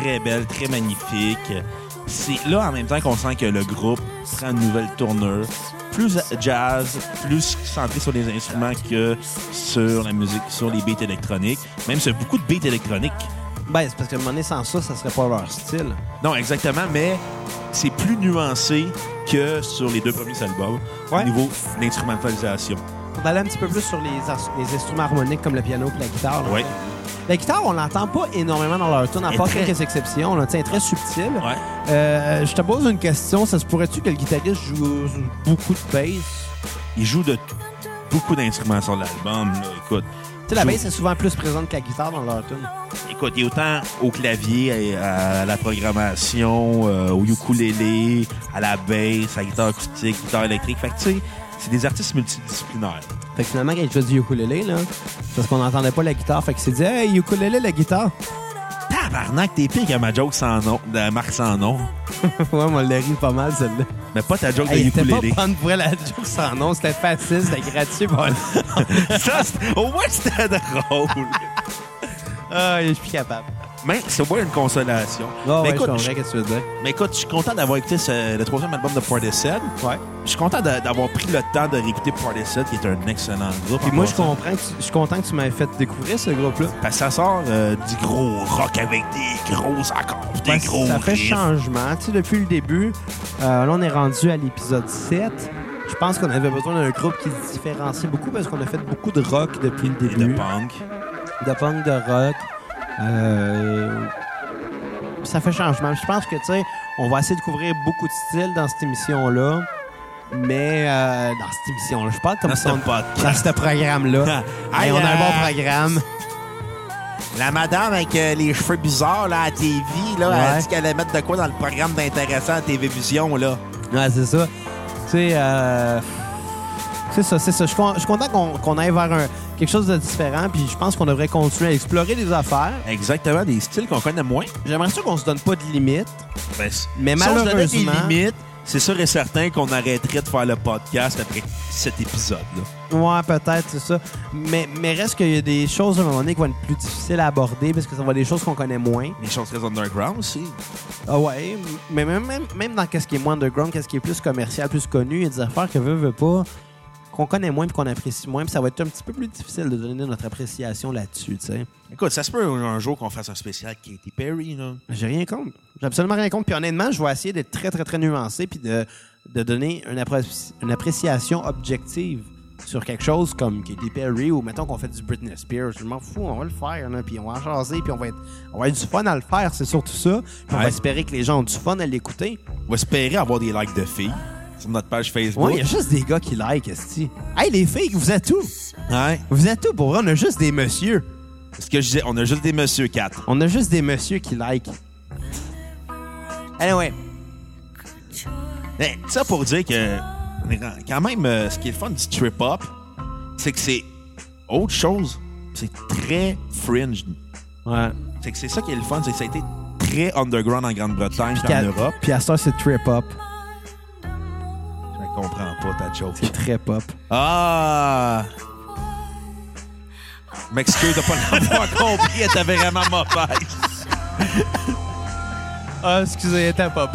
Speaker 1: Très belle, très magnifique. C'est là, en même temps, qu'on sent que le groupe prend une nouvelle tournure. Plus jazz, plus centré sur les instruments que sur la musique, sur les beats électroniques. Même sur beaucoup de beats électroniques.
Speaker 3: Ben, c'est parce que à un moment donné, sans ça, ça serait pas leur style.
Speaker 1: Non, exactement, mais c'est plus nuancé que sur les deux premiers albums
Speaker 3: Ouais.
Speaker 1: au niveau de l'instrumentalisation.
Speaker 3: On va aller un petit peu plus sur les, ins- les instruments harmoniques comme le piano et la guitare. là.
Speaker 1: Ouais.
Speaker 3: La guitare, on l'entend pas énormément dans leur tune, à
Speaker 1: Elle
Speaker 3: part
Speaker 1: est très-
Speaker 3: quelques exceptions. Là. Tu sais, elle est très subtile.
Speaker 1: Ouais.
Speaker 3: Euh, je te pose une question. Ça se pourrait-tu que le guitariste joue beaucoup de bass?
Speaker 1: Il joue de tout- beaucoup d'instruments sur l'album. là. Écoute,
Speaker 3: Tu sais, la
Speaker 1: Joue-
Speaker 3: bass est souvent plus présente que la guitare dans leur tune.
Speaker 1: écoute, il est autant au clavier, euh, à, à la programmation, euh, au ukulélé, à la bass, à la guitare acoustique, guitare électrique. Fait que, tu sais, c'est des artistes multidisciplinaires.
Speaker 3: Fait que finalement, quand il joue du ukulélé, là, c'est parce qu'on n'entendait pas la guitare. Fait qu'il s'est dit, hey, ukulélé, la guitare.
Speaker 1: Tabarnak, t'es pire que ma joke sans nom, de Marc sans nom.
Speaker 3: ouais, on l'a ri pas mal, celle-là.
Speaker 1: Mais pas ta joke
Speaker 3: Hey, Ah,
Speaker 1: de
Speaker 3: il était pas
Speaker 1: ukulélé.
Speaker 3: prendre pour elle la joke sans nom, c'était facile, c'était gratuit. Bon.
Speaker 1: Ça, c'est- au moins, c'était drôle.
Speaker 3: Ah, je suis plus capable.
Speaker 1: Mais c'est au moins une consolation.
Speaker 3: Ah
Speaker 1: mais, écoute, je,
Speaker 3: qu'est-ce que tu veux dire.
Speaker 1: mais écoute, je suis content d'avoir écouté ce- le troisième album de Portishead.
Speaker 3: Ouais.
Speaker 1: Je suis content d'a- d'avoir pris le temps de réécouter Portishead, qui est un excellent groupe.
Speaker 3: Puis
Speaker 1: en
Speaker 3: moi, je
Speaker 1: passant.
Speaker 3: comprends, que tu- je suis content que tu m'aies fait découvrir ce groupe-là.
Speaker 1: Parce que ça sort euh, du gros rock avec des gros accords, pis des
Speaker 3: Parce que
Speaker 1: gros
Speaker 3: ça fait
Speaker 1: riffs.
Speaker 3: changement. Tu sais, depuis le début, euh, là, on est rendu à l'épisode 7. Je pense qu'on avait besoin d'un groupe qui se différencie beaucoup parce qu'on a fait beaucoup de rock depuis le
Speaker 1: Et de
Speaker 3: début.
Speaker 1: punk.
Speaker 3: de punk, de rock. Euh, ça fait changement. Je pense que, tu sais, on va essayer de couvrir beaucoup de styles dans cette émission-là. Mais euh, dans cette émission-là, je parle comme
Speaker 1: Dans
Speaker 3: ça.
Speaker 1: ce podcast.
Speaker 3: Dans ce programme-là.
Speaker 1: Aïe,
Speaker 3: Hey, on a un
Speaker 1: euh,
Speaker 3: bon programme.
Speaker 1: La madame avec euh, les cheveux bizarres là, à TV, là, elle
Speaker 3: Ouais.
Speaker 1: dit qu'elle allait mettre de quoi dans le programme d'intéressant à TV Vision. Là.
Speaker 3: Ouais, c'est ça. Tu sais, euh, c'est ça, c'est ça. Je suis con- je suis content qu'on qu'on aille vers un- quelque chose de différent, puis je pense qu'on devrait continuer à explorer les affaires.
Speaker 1: Exactement, des styles qu'on connaît moins.
Speaker 3: J'aimerais ça qu'on se donne pas de limites.
Speaker 1: Ben, c-
Speaker 3: Mais
Speaker 1: si on se donnait
Speaker 3: malheureusement-
Speaker 1: des limites, c'est sûr et certain qu'on arrêterait de faire le podcast après cet épisode-là.
Speaker 3: Ouais, peut-être, c'est ça. Mais, mais reste qu'il y a des choses à un moment donné qui vont être plus difficiles à aborder parce que ça va être des choses qu'on connaît moins.
Speaker 1: Les choses très underground aussi.
Speaker 3: Ah ouais, mais même, même, même dans qu'est-ce qui est moins underground, qu'est-ce qui est plus commercial, plus connu, il y a des affaires que veut, veut pas, qu'on connaît moins puis qu'on apprécie moins, puis ça va être un petit peu plus difficile de donner notre appréciation là-dessus, tu sais.
Speaker 1: Écoute, ça se peut un un jour qu'on fasse un spécial Katy Perry, là.
Speaker 3: J'ai rien contre. J'ai absolument rien contre. Puis honnêtement, je vais essayer d'être très, très, très nuancé puis de, de donner une, appré- une appréciation objective sur quelque chose comme Katy Perry ou mettons qu'on fait du Britney Spears. Je m'en fous, on va le faire, là, puis on va en jaser, puis on va, être, on va être du fun à le faire, c'est surtout ça. Puis on
Speaker 1: Ouais.
Speaker 3: va espérer que les gens ont du fun à l'écouter.
Speaker 1: On va espérer avoir des likes de filles sur notre page Facebook.
Speaker 3: Ouais, il y a juste des gars qui like, esti. Hey, les filles, vous êtes où?
Speaker 1: Ouais.
Speaker 3: Vous êtes où? Pour vrai, on a juste des messieurs.
Speaker 1: C'est Ce que je disais, on a juste des messieurs 4.
Speaker 3: On a juste des messieurs qui like. Anyway,
Speaker 1: Mais ça pour dire que, on est quand- quand même, euh, ce qui est le fun du trip-hop, c'est que c'est autre chose. C'est très fringe.
Speaker 3: ouais.
Speaker 1: C'est que c'est ça qui est le fun, c'est que ça a été très underground en Grande-Bretagne, puis en Europe.
Speaker 3: Puis à ça, c'est trip-up.
Speaker 1: Je comprends pas ta joke.
Speaker 3: C'est très pop.
Speaker 1: Ah! Je M'excuse de pas l'avoir compris, elle t'avait vraiment mauvaise.
Speaker 3: Ah, excusez, t'as pas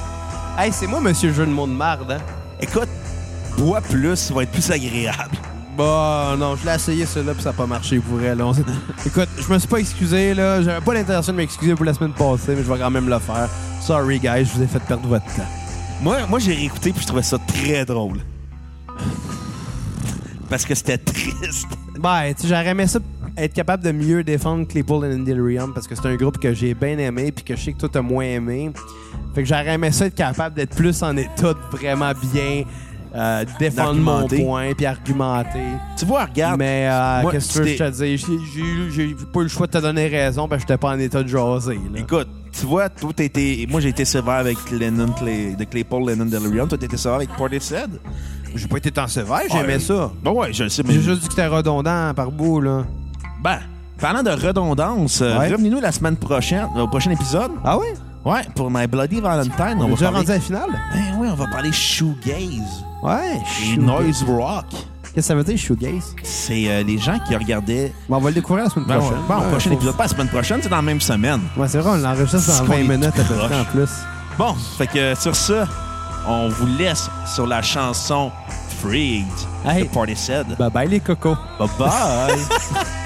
Speaker 3: Hey, c'est moi, monsieur jeu de mots de marde, hein?
Speaker 1: Écoute, bois plus, ça va être plus agréable.
Speaker 3: Bon, Bah, non, je l'ai essayé, celui-là, puis ça n'a pas marché pour elle. On s'est- Écoute, je me suis pas excusé, là. J'avais pas l'intention de m'excuser pour la semaine passée, mais je vais quand même le faire. Sorry, guys, je vous ai fait perdre votre temps.
Speaker 1: Moi, moi j'ai réécouté puis je trouvais ça très drôle. Parce que c'était triste.
Speaker 3: Ben, tu sais, j'aurais aimé ça être capable de mieux défendre Claypool and Delirium parce que c'est un groupe que j'ai bien aimé puis que je sais que toi t'as moins aimé. Fait que j'aurais aimé ça être capable d'être plus en état de vraiment bien euh, défendre mon
Speaker 1: D'argumenter.
Speaker 3: point puis argumenter.
Speaker 1: Tu vois, regarde.
Speaker 3: Mais euh,
Speaker 1: moi,
Speaker 3: qu'est-ce que tu veux que
Speaker 1: c'était-
Speaker 3: je te dis? J'ai- J'ai j'ai pas eu le choix de te donner raison parce que j'étais pas en état de jaser. là.
Speaker 1: Écoute, tu vois, toi, t'as été. Moi, j'ai été sévère avec Lennon, Clay, de Claypool, Lennon, Delirium. Toi, t'as été sévère avec Portishead.
Speaker 3: J'ai pas été tant sévère, j'aimais
Speaker 1: Ouais.
Speaker 3: ça.
Speaker 1: Ben ouais, je le sais, mais.
Speaker 3: J'ai juste dit que c'était redondant par bout, là.
Speaker 1: Ben, parlant de redondance, euh,
Speaker 3: Ouais.
Speaker 1: revenez-nous la semaine prochaine, au prochain épisode.
Speaker 3: Ah ouais?
Speaker 1: Ouais, pour My Bloody Valentine,
Speaker 3: On
Speaker 1: on va
Speaker 3: est déjà
Speaker 1: parler...
Speaker 3: rendu à la finale?
Speaker 1: Ben oui, on va parler shoegaze.
Speaker 3: Ouais.
Speaker 1: Et noise rock.
Speaker 3: Qu'est-ce que ça veut dire, shoegaze?
Speaker 1: C'est euh, les gens qui regardaient...
Speaker 3: Bon, on va le découvrir la semaine
Speaker 1: Ben,
Speaker 3: prochaine.
Speaker 1: bon,
Speaker 3: Ouais,
Speaker 1: prochain
Speaker 3: faut-
Speaker 1: épisode, pas la semaine prochaine, c'est dans la même semaine.
Speaker 3: Ouais, c'est vrai, on l'enregistre
Speaker 1: C'est
Speaker 3: dans
Speaker 1: qu'on
Speaker 3: 20
Speaker 1: est
Speaker 3: minutes à
Speaker 1: tout
Speaker 3: peu près
Speaker 1: proche.
Speaker 3: en plus.
Speaker 1: Bon, fait que euh, sur ça, on vous laisse sur la chanson Freed
Speaker 3: Hey.
Speaker 1: de Portishead.
Speaker 3: Bye bye les cocos.
Speaker 1: Bye-bye!